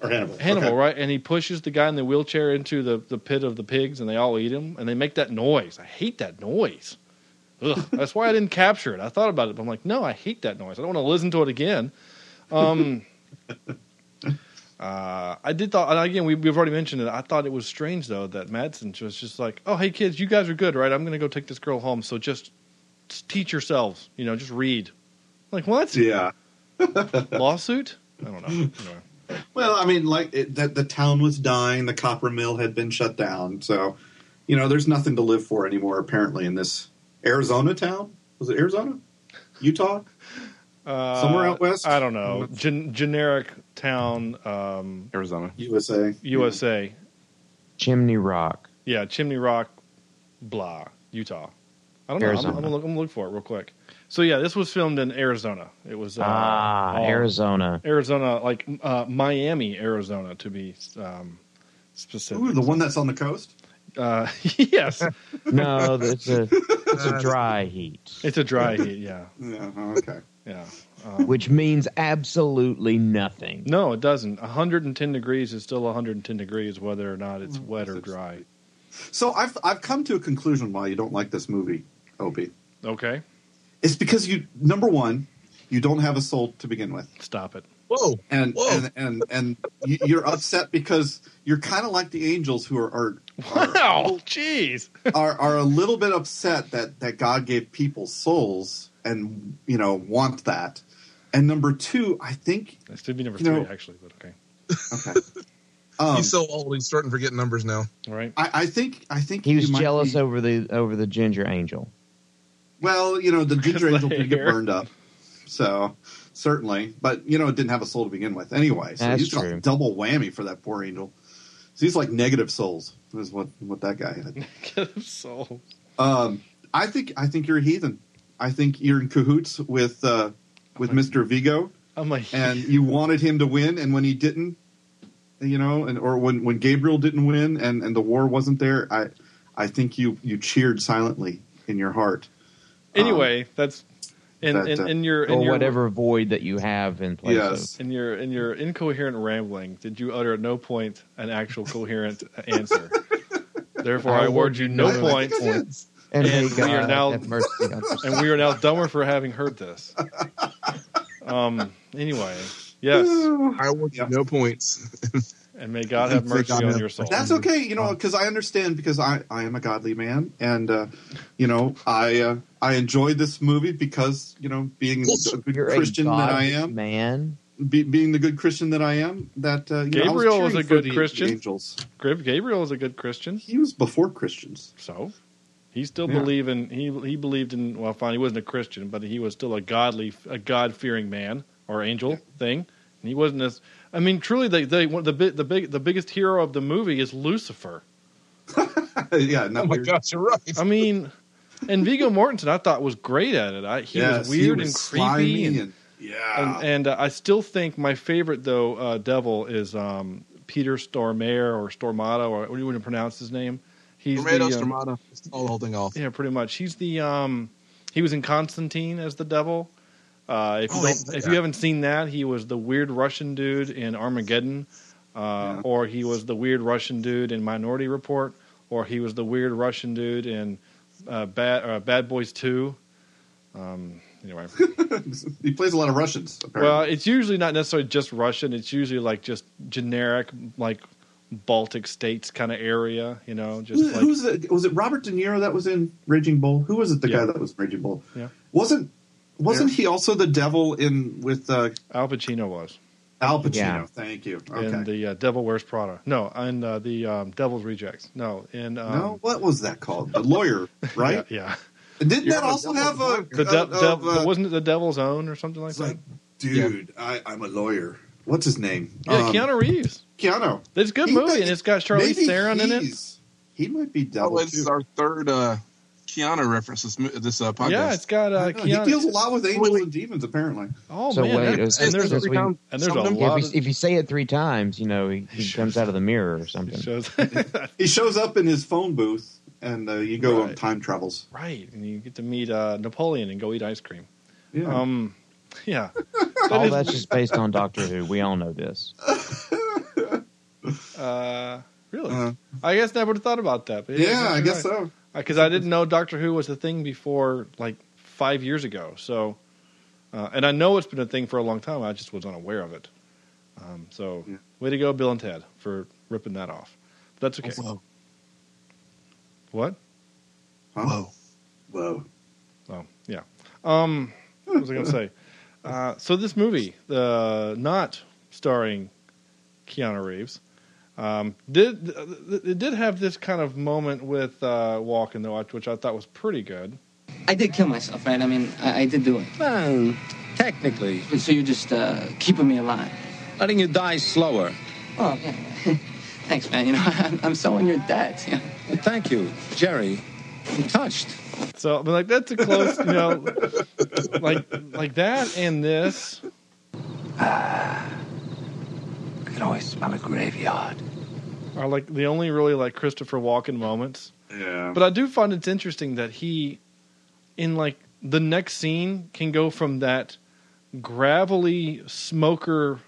Speaker 5: Or Hannibal.
Speaker 1: Hannibal,
Speaker 5: Okay.
Speaker 1: right? And he pushes the guy in the wheelchair into the, the pit of the pigs, and they all eat him, and they make that noise. I hate that noise. Ugh, that's why I didn't capture it. I thought about it, but I'm like, no, I hate that noise. I don't want to listen to it again. Um, uh, I did thought, and again, we, we've already mentioned it. I thought it was strange though that Madsen was just like, oh, hey kids, you guys are good, right? I'm gonna go take this girl home, so just s- teach yourselves, you know, just read. Like what?
Speaker 5: Yeah.
Speaker 1: Lawsuit? I don't know. Anyway.
Speaker 5: Well, I mean, like it, that the town was dying. The copper mill had been shut down. So, you know, there's nothing to live for anymore, apparently, in this Arizona town. Was it Arizona? Utah?
Speaker 1: Uh,
Speaker 5: Somewhere out west?
Speaker 1: I don't know. Gen- generic town, um,
Speaker 4: Arizona.
Speaker 5: USA?
Speaker 1: USA.
Speaker 6: Chimney Rock.
Speaker 1: Yeah, Chimney Rock, blah, Utah. I don't know. I'm,
Speaker 6: Arizona.
Speaker 1: I'm, gonna look, I'm gonna look for it real quick. So yeah, this was filmed in Arizona. It was uh,
Speaker 6: ah,
Speaker 1: all-
Speaker 6: Arizona.
Speaker 1: Arizona, like uh, Miami, Arizona, to be um, specific.
Speaker 5: Ooh, the one that's on the coast?
Speaker 1: uh, yes,
Speaker 6: No, it's a it's a dry heat,
Speaker 1: it's a dry heat. Yeah,
Speaker 5: Yeah, okay.
Speaker 1: yeah. Um,
Speaker 6: which means absolutely nothing.
Speaker 1: No, it doesn't. 110 degrees is still 110 degrees, whether or not it's
Speaker 5: Mm,
Speaker 1: wet or dry.
Speaker 5: So I've, I've come to a conclusion why you don't like this movie, Opie.
Speaker 1: Okay,
Speaker 5: It's because you, number one, you don't have a soul to begin with.
Speaker 1: stop it.
Speaker 8: Whoa.
Speaker 5: and
Speaker 8: Whoa.
Speaker 5: and and, and you- you're upset because you're kind of like the angels who are are, are
Speaker 1: Wow, jeez.
Speaker 5: are are a little bit upset that that God gave people souls and you know want that. And number two, I think
Speaker 1: That's to be number
Speaker 5: You
Speaker 1: three,
Speaker 5: know-
Speaker 1: actually, but okay.
Speaker 5: okay, um,
Speaker 8: he's so old. He's starting to forget numbers now.
Speaker 1: All right.
Speaker 5: I, I think I think
Speaker 6: He was
Speaker 5: you might
Speaker 6: jealous
Speaker 5: be-
Speaker 6: over the over the ginger angel.
Speaker 5: Well, you know the ginger
Speaker 1: the
Speaker 5: angel did get
Speaker 1: hair.
Speaker 5: burned up, so certainly. But you know it didn't have a soul to begin with anyway. So
Speaker 6: That's
Speaker 5: he's got
Speaker 6: true.
Speaker 5: double whammy for that poor angel. So he's like negative souls is what what that guy had.
Speaker 1: Get him soul.
Speaker 5: Um, I think I think you're a heathen. I think you're in cahoots with uh, with Mr. Vigo,
Speaker 1: I'm like,
Speaker 5: and um, you wanted him to win, and when he didn't, you know, and or when, when Gabriel didn't win, and, and the war wasn't there, I I think you you cheered silently in your heart.
Speaker 1: anyway, that's in,
Speaker 5: that,
Speaker 1: in,
Speaker 5: uh,
Speaker 1: in your in
Speaker 6: Or
Speaker 1: your
Speaker 6: whatever void that you have in place.
Speaker 5: yes,
Speaker 1: in your in your incoherent rambling. Did you utter at no point an actual coherent answer? Therefore, I award you no
Speaker 5: I- I
Speaker 1: point,
Speaker 5: think I did.
Speaker 6: And,
Speaker 1: And
Speaker 6: may
Speaker 1: we are
Speaker 6: God
Speaker 1: now-
Speaker 6: have mercy on us.
Speaker 1: and we are now dumber for having heard this. Um. Anyway, yes,
Speaker 8: I will give
Speaker 5: Yep.
Speaker 8: no points.
Speaker 1: and may God have mercy
Speaker 8: God
Speaker 1: on
Speaker 8: have
Speaker 1: your soul.
Speaker 5: That's okay, you know, because I understand because I, I am a godly man, and uh, you know I uh, I enjoyed this movie because you know being a good
Speaker 6: You're
Speaker 5: Christian
Speaker 6: a
Speaker 5: that I
Speaker 6: godly
Speaker 5: am,
Speaker 6: man.
Speaker 5: be, being the good Christian that I am, that uh, you know, I
Speaker 1: Gabriel was
Speaker 5: was,
Speaker 1: a
Speaker 5: cheering for
Speaker 1: good
Speaker 5: the- the
Speaker 1: Christian.
Speaker 5: angels,
Speaker 1: Gab- Gabriel is a good Christian,
Speaker 5: he was before Christians.
Speaker 1: so he still
Speaker 5: Yeah.
Speaker 1: believed in he he believed in well, fine, he wasn't a Christian, but he was still a godly, a God fearing man or angel thing. And he wasn't as I mean, truly, they they one of the big the big the biggest hero of the movie is Lucifer.
Speaker 5: yeah, not
Speaker 8: Oh my
Speaker 5: weird.
Speaker 8: gosh, you're right.
Speaker 1: I mean, and Vigo Mortensen, I thought was great at it. I, he
Speaker 5: Yes,
Speaker 1: was weird
Speaker 5: he was
Speaker 1: and creepy
Speaker 5: slimy
Speaker 1: and
Speaker 5: yeah,
Speaker 1: and, and uh, I still think my favorite though uh, devil is um, Peter Stormare or Stormato or what do you want to pronounce his name? He's the,
Speaker 8: Tomato,
Speaker 1: um,
Speaker 8: tomato. Just All the whole thing off.
Speaker 1: yeah, pretty much. He's the um, he was in Constantine as the devil. Uh, if you
Speaker 8: Oh,
Speaker 1: don't,
Speaker 8: he's-
Speaker 1: if
Speaker 8: yeah.
Speaker 1: you haven't seen that, he was the weird Russian dude in Armageddon, uh,
Speaker 5: Yeah.
Speaker 1: or he was the weird Russian dude in Minority Report, or he was the weird Russian dude in uh, Bad uh, Bad Boys Two. Um, anyway.
Speaker 5: he plays a lot of Russians. Apparently.
Speaker 1: Well, it's usually not necessarily just Russian. It's usually like just generic, like Baltic states kind of area, you know, just
Speaker 5: Who-
Speaker 1: like
Speaker 5: who's it? Was it Robert De Niro that was in Raging Bull? Who was it? The
Speaker 1: Yeah.
Speaker 5: guy that was in Raging Bull.
Speaker 1: Yeah.
Speaker 5: Wasn't wasn't he also the devil in with uh,
Speaker 1: Al Pacino was
Speaker 5: Al Pacino?
Speaker 6: Yeah.
Speaker 5: Thank you.
Speaker 1: in
Speaker 5: Okay.
Speaker 1: the uh, Devil Wears Prada. No, in uh, the um, Devil's Rejects. No, in um,
Speaker 5: no, what was that called? The lawyer, right?
Speaker 1: Yeah, yeah.
Speaker 5: Didn't
Speaker 8: You're
Speaker 5: that
Speaker 8: the
Speaker 5: also
Speaker 8: devil.
Speaker 5: have a,
Speaker 1: the
Speaker 5: a-
Speaker 1: de-
Speaker 5: a-
Speaker 1: dev-
Speaker 5: a-
Speaker 1: wasn't it the Devil's Own or something like
Speaker 5: it's
Speaker 1: that?
Speaker 5: like, dude, I, I'm a lawyer. What's his name?
Speaker 1: Yeah,
Speaker 5: Um,
Speaker 1: Keanu Reeves.
Speaker 5: Keanu.
Speaker 1: It's a good
Speaker 5: he-
Speaker 1: movie, and it's got Charlize
Speaker 5: Maybe
Speaker 1: Theron in it.
Speaker 5: he's- He might be devil
Speaker 8: Oh, this
Speaker 5: too.
Speaker 8: is our third uh, Keanu reference this, mo- this uh, podcast.
Speaker 1: Yeah, it's got
Speaker 5: I
Speaker 1: uh,
Speaker 5: know, he
Speaker 1: Keanu.
Speaker 5: deals a lot with angels
Speaker 8: wait.
Speaker 5: and demons, apparently.
Speaker 1: oh
Speaker 6: So
Speaker 1: man,
Speaker 6: wait,
Speaker 1: that-
Speaker 6: it was-
Speaker 1: and there's a,
Speaker 6: Every time
Speaker 1: and there's a
Speaker 8: something-
Speaker 1: lot.
Speaker 6: If you,
Speaker 1: Of,
Speaker 6: if you say it three times, you know he, he
Speaker 1: Sure.
Speaker 6: comes out of the mirror or something.
Speaker 1: it shows
Speaker 5: He shows up in his phone booth, and uh, you go
Speaker 1: Right.
Speaker 5: on time travels.
Speaker 1: right, and you get to meet uh, Napoleon and go eat ice cream.
Speaker 5: Yeah.
Speaker 1: Um, yeah,
Speaker 6: All that's just based on Doctor Who. We all know this.
Speaker 1: uh, really.
Speaker 5: Uh,
Speaker 1: I guess I would have thought about that. But
Speaker 5: yeah, I guess so.
Speaker 1: Because I didn't know Doctor Who was a thing before like five years ago. So, uh, and I know it's been a thing for a long time. I just was unaware of it. Um, so,
Speaker 5: Yeah.
Speaker 1: way to go, Bill and Ted, for ripping that off. But that's okay.
Speaker 8: Whoa,
Speaker 1: What?
Speaker 5: Huh?
Speaker 8: whoa.
Speaker 5: Whoa.
Speaker 1: Oh, yeah. Um, what was I going to say? Uh, so this movie, uh, not starring Keanu Reeves, um, did th- th- it did have this kind of moment with uh, Walken though, which I thought was pretty good.
Speaker 9: I did kill myself, right? I mean, I, I did do it.
Speaker 10: Well, technically,
Speaker 9: And so you're just uh, keeping me alive.
Speaker 10: letting you die slower.
Speaker 9: Oh, yeah. Thanks, man. You know, I'm, I'm so in your debt. Yeah.
Speaker 10: Thank you, Jerry. I'm touched.
Speaker 1: So, but like that's a close, you know, like like that and this.
Speaker 10: I can always smell a graveyard.
Speaker 1: are like the only really like Christopher Walken moments.
Speaker 5: Yeah.
Speaker 1: But I do find it's interesting that he, in like the next scene, can go from that gravelly smoker,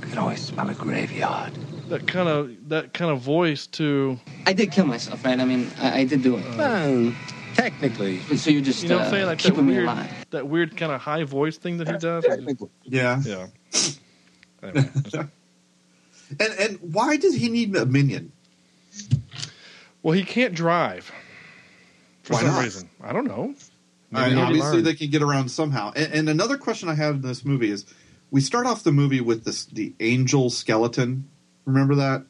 Speaker 10: I can always smell a graveyard.
Speaker 1: that kind of that kind of voice to
Speaker 9: I did kill myself, right? I mean, I, I did do it.
Speaker 10: Well, technically,
Speaker 9: And so you're just
Speaker 1: you know what
Speaker 9: uh,
Speaker 1: I'm saying like that
Speaker 9: keeping me
Speaker 1: weird
Speaker 9: alive.
Speaker 1: that weird kind of high voice thing that he does.
Speaker 5: Yeah.
Speaker 1: Yeah. Anyway,
Speaker 5: And and why did he need a minion?
Speaker 1: well, he can't drive for
Speaker 5: Why
Speaker 1: some
Speaker 5: not?
Speaker 1: reason. I don't know.
Speaker 5: I mean,
Speaker 1: Maybe he
Speaker 5: obviously,
Speaker 1: learned.
Speaker 5: they can get around somehow. And, and another question I have in this movie is: we start off the movie with this the angel skeleton. Remember that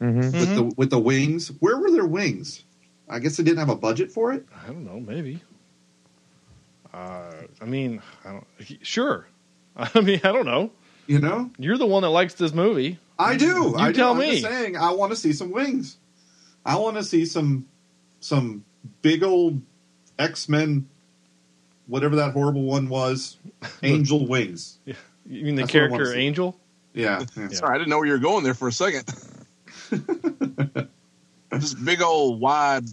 Speaker 6: hmm
Speaker 1: Mm-hmm.
Speaker 5: with the with the wings? Where were their wings? I guess they didn't have a budget for it.
Speaker 1: I don't know, maybe. Uh, I mean, I don't. he- Sure. I mean, I don't know.
Speaker 5: You know,
Speaker 1: You're the one that likes this movie.
Speaker 5: I do.
Speaker 1: You
Speaker 5: I do.
Speaker 1: tell
Speaker 5: I'm
Speaker 1: me.
Speaker 5: Just saying, I want to see some wings. I want to see some some big old X Men, whatever that horrible one was, angel wings.
Speaker 1: You mean the
Speaker 5: That's what I wanna
Speaker 1: character
Speaker 5: see.
Speaker 1: Angel?
Speaker 5: Yeah, yeah.
Speaker 8: Sorry, I didn't know where you were going there for a second. Just big old wide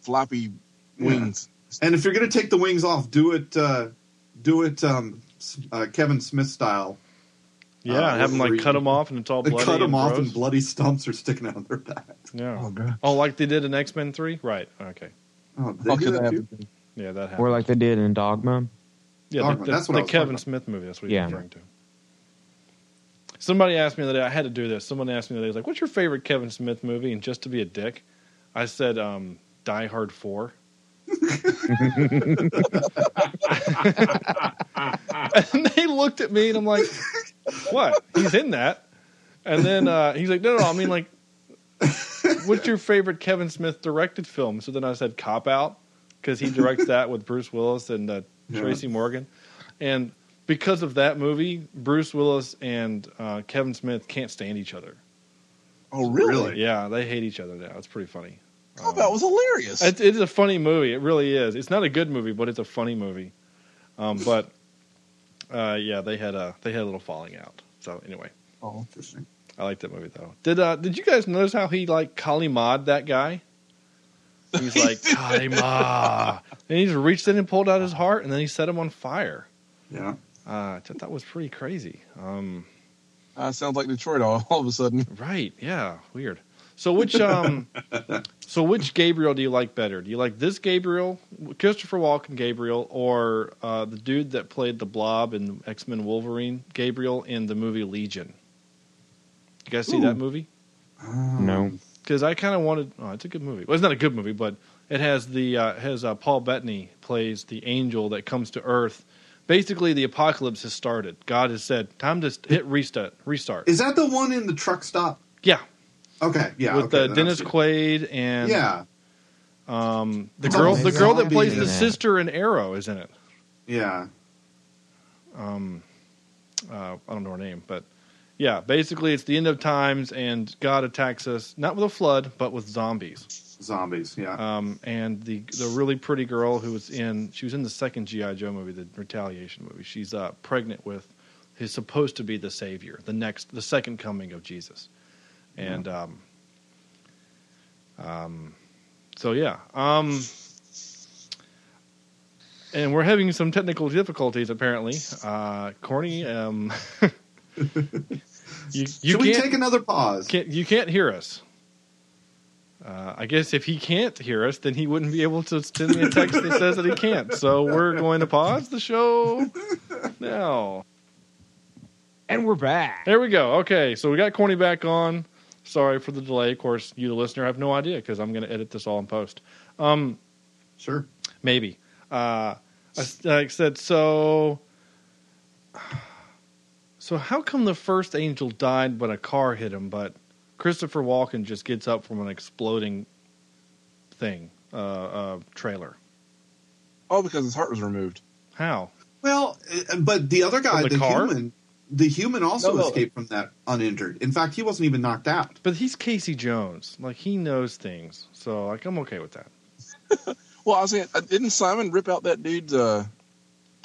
Speaker 8: floppy wings.
Speaker 5: And if you're gonna take the wings off, do it, uh, do it, um, s- uh, Kevin Smith style.
Speaker 1: Yeah,
Speaker 5: Uh,
Speaker 1: have him like
Speaker 5: where
Speaker 1: cut
Speaker 5: you-
Speaker 1: him off and it's all
Speaker 5: They
Speaker 1: bloody.
Speaker 5: cut them
Speaker 1: and
Speaker 5: off,
Speaker 1: gross.
Speaker 5: and bloody stumps are sticking out of their back.
Speaker 1: Yeah.
Speaker 8: god.
Speaker 1: Oh, like they did in X Men Three, right? Okay.
Speaker 5: Oh, they
Speaker 8: How
Speaker 5: do
Speaker 8: could that
Speaker 5: that too?
Speaker 8: happen?
Speaker 1: Yeah, that
Speaker 6: or
Speaker 1: happened.
Speaker 6: like they did in Dogma.
Speaker 1: Yeah,
Speaker 5: Dogma,
Speaker 1: the, the-
Speaker 5: that's what I
Speaker 1: the
Speaker 5: was talking
Speaker 1: Kevin
Speaker 5: about.
Speaker 1: Smith movie. That's what
Speaker 6: Yeah.
Speaker 1: you're referring to. Somebody asked me the other day. I had to do this. Someone asked me the other day, like, "What's your favorite Kevin Smith movie?" And just to be a dick, I said, um, "Die Hard 4. and they looked at me, and I'm like, "What? He's in that." And then uh, he's like, "No, no, I mean like." What's your favorite Kevin Smith directed film? So then I said Cop Out because he directs that with Bruce Willis and uh,
Speaker 5: Yeah.
Speaker 1: Tracy Morgan. And because of that movie, Bruce Willis and uh, Kevin Smith can't stand each other.
Speaker 8: Oh, really?
Speaker 5: Really?
Speaker 1: Yeah, they hate each other now. It's pretty funny.
Speaker 8: Oh, that was hilarious.
Speaker 1: It, it is a funny movie. It really is. It's not a good movie, but it's a funny movie. Um, but uh, yeah, they had a they had a little falling out. So anyway,
Speaker 5: Oh, interesting.
Speaker 1: I like that movie though. Did uh, did you guys notice how he like Kalimad that guy? He's like Kalimad, and he just reached in and pulled out his heart, and then he set him on fire.
Speaker 5: Yeah.
Speaker 1: Uh, I thought that was pretty crazy. Um,
Speaker 8: Uh, sounds like Detroit all, all of a sudden.
Speaker 1: right? Yeah, weird. So which um, so which Gabriel do you like better? Do you like this Gabriel, Christopher Walken Gabriel, or uh, the dude that played the Blob in X Men Wolverine Gabriel in the movie Legion? You guys see that movie?
Speaker 5: Oh.
Speaker 6: No,
Speaker 1: because I kind of wanted. Oh, it's a good movie. Well, it's not a good movie, but it has the uh, has uh, Paul Bettany plays the angel that comes to Earth. Basically, the apocalypse has started. God has said, "Time to st- hit restart." Restart.
Speaker 5: Is that the one in the truck stop?
Speaker 1: yeah,
Speaker 5: Okay. Yeah.
Speaker 1: with
Speaker 5: okay,
Speaker 1: uh,
Speaker 5: then
Speaker 1: Dennis
Speaker 5: I've seen
Speaker 1: Quaid
Speaker 5: it.
Speaker 1: and
Speaker 5: Yeah.
Speaker 1: um, the
Speaker 5: It's
Speaker 1: girl.
Speaker 5: all
Speaker 1: The girl that
Speaker 5: zombie
Speaker 1: plays
Speaker 5: in
Speaker 1: the
Speaker 6: it.
Speaker 1: sister in Arrow is in it.
Speaker 5: Yeah.
Speaker 1: Um, uh, I don't know her name, but yeah, basically, it's the end of times, and God attacks us not with a flood, but with zombies.
Speaker 5: Zombies. Yeah.
Speaker 1: um, and the the really pretty girl who was in she was in the second GI Joe movie, the Retaliation movie. She's uh, pregnant with who's supposed to be the savior, the next, the second coming of Jesus, and um, um, so yeah, um, and we're having some technical difficulties apparently. Uh, Corny, um, you you
Speaker 5: Should we
Speaker 1: can't-
Speaker 5: take another pause?
Speaker 1: can't you can't hear us. Uh, I guess if he can't hear us, then he wouldn't be able to send me a text that says that he can't. So we're going to pause the show now.
Speaker 6: and we're back.
Speaker 1: There we go. Okay, so we got Corny back on. Sorry for the delay. Of course, you, the listener, have no idea because I'm going to edit this all in post. Um,
Speaker 5: Sure.
Speaker 1: maybe. Uh, I, s- like I said, so. So how come the first angel died when a car hit him, but Christopher Walken just gets up from an exploding thing, uh, uh, trailer?
Speaker 8: Oh, because his heart was removed.
Speaker 1: How?
Speaker 5: Well, uh, but the other guy,
Speaker 1: From the
Speaker 5: the,
Speaker 1: car?
Speaker 5: human, the human also
Speaker 8: No, no.
Speaker 5: escaped from that uninjured. In fact, he wasn't even knocked out.
Speaker 1: But he's Casey Jones. Like he knows things, so like I'm okay with that.
Speaker 8: Well, I was saying, uh, didn't Simon rip out that dude's uh,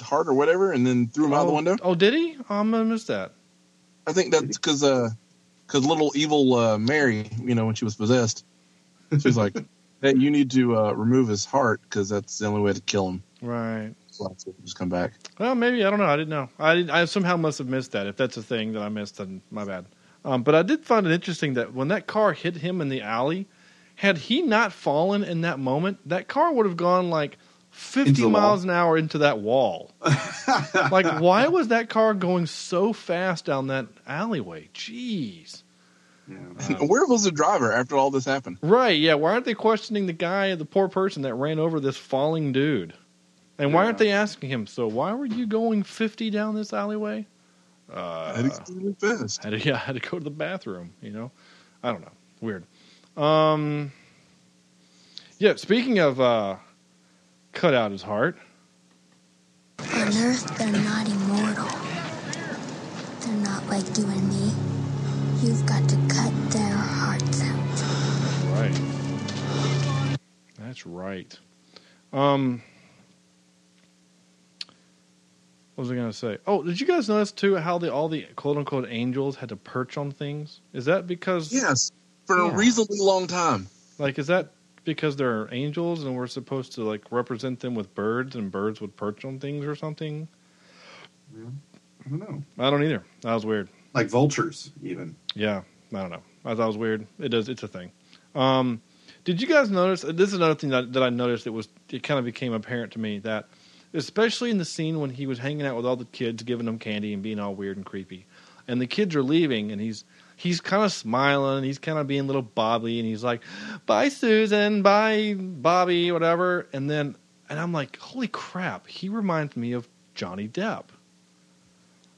Speaker 8: heart or whatever and then threw him out the
Speaker 1: Oh,
Speaker 8: window?
Speaker 1: Oh, did he? Oh, I'm gonna miss that.
Speaker 8: I think that's because uh, 'cause little evil uh, Mary, you know, when she was possessed, she's like, hey, you need to uh, remove his heart because that's the only way to kill him.
Speaker 1: Right.
Speaker 8: So I said, just come back.
Speaker 1: Well, maybe I don't know. I didn't know. I didn't, I somehow must have missed that. If that's a thing that I missed, then my bad. Um, but I did find it interesting that when that car hit him in the alley, had he not fallen in that moment, that car would have gone like
Speaker 5: Into
Speaker 1: fifty
Speaker 5: the wall.
Speaker 1: miles an hour into that wall. like, why was that car going so fast down that alleyway? Jeez.
Speaker 5: Yeah.
Speaker 8: Where was the driver after all this happened?
Speaker 1: Right? Yeah. Why aren't they questioning the guy, the poor person that ran over this falling dude? And why aren't
Speaker 5: Yeah.
Speaker 1: they asking him? So why were you going fifty down this alleyway?
Speaker 8: I think it's really fast.
Speaker 1: had to, yeah, had to go to the bathroom. You know, I don't know. Weird. Um, yeah. Speaking of uh, cut out his heart.
Speaker 11: On Earth, they're not immortal. They're not like you and me. You've got to cut their hearts out.
Speaker 1: Right. That's right. Um, what was I going to say? Oh, did you guys notice too how the all the quote unquote angels had to perch on things? Is that because
Speaker 8: Yes, for
Speaker 1: Yeah.
Speaker 8: a reasonably long time.
Speaker 1: Like, is that because they're angels and we're supposed to like represent them with birds, and birds would perch on things or something?
Speaker 5: I don't know.
Speaker 1: I don't either. That was weird.
Speaker 5: Like vultures, even.
Speaker 1: Yeah, I don't know. I thought it was weird. It does. It's a thing. Um, Did you guys notice? This is another thing that, that I noticed. It was it kind of became apparent to me that, especially in the scene when he was hanging out with all the kids, giving them candy and being all weird and creepy, and the kids are leaving, and he's he's kind of smiling, he's kind of being a little bobbly, and he's like, "Bye, Susan. Bye, Bobby. Whatever." And then, and I'm like, "Holy crap!" He reminds me of Johnny Depp.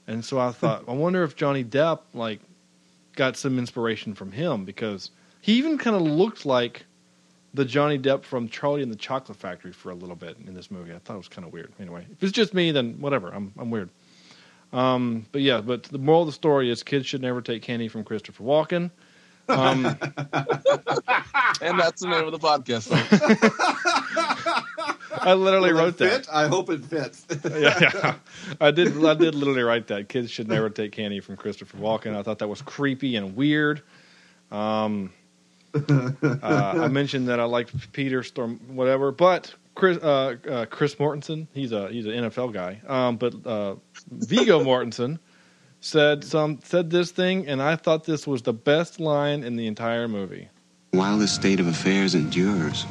Speaker 1: And so I thought, I wonder if Johnny Depp like got some inspiration from him because he even kind of looked like the Johnny Depp from Charlie and the Chocolate Factory for a little bit in this movie. I thought it was kind of weird. Anyway, if it's just me, then whatever. I'm I'm weird. Um, but yeah, but the moral of the story is kids should never take candy from Christopher Walken. Um,
Speaker 8: and that's the name of the podcast.
Speaker 1: I literally
Speaker 5: Will it
Speaker 1: wrote that.
Speaker 5: fit? I hope it fits.
Speaker 1: yeah, yeah. I did. I did literally write that. Kids should never take candy from Christopher Walken. I thought that was creepy and weird. Um, uh, I mentioned that I liked Peter Storm, whatever, but Chris uh, uh, Chris Mortensen, he's a he's an NFL guy. Um, but uh, Vigo Mortensen said some said this thing, and I thought this was the best line in the entire movie.
Speaker 12: While this state of affairs endures,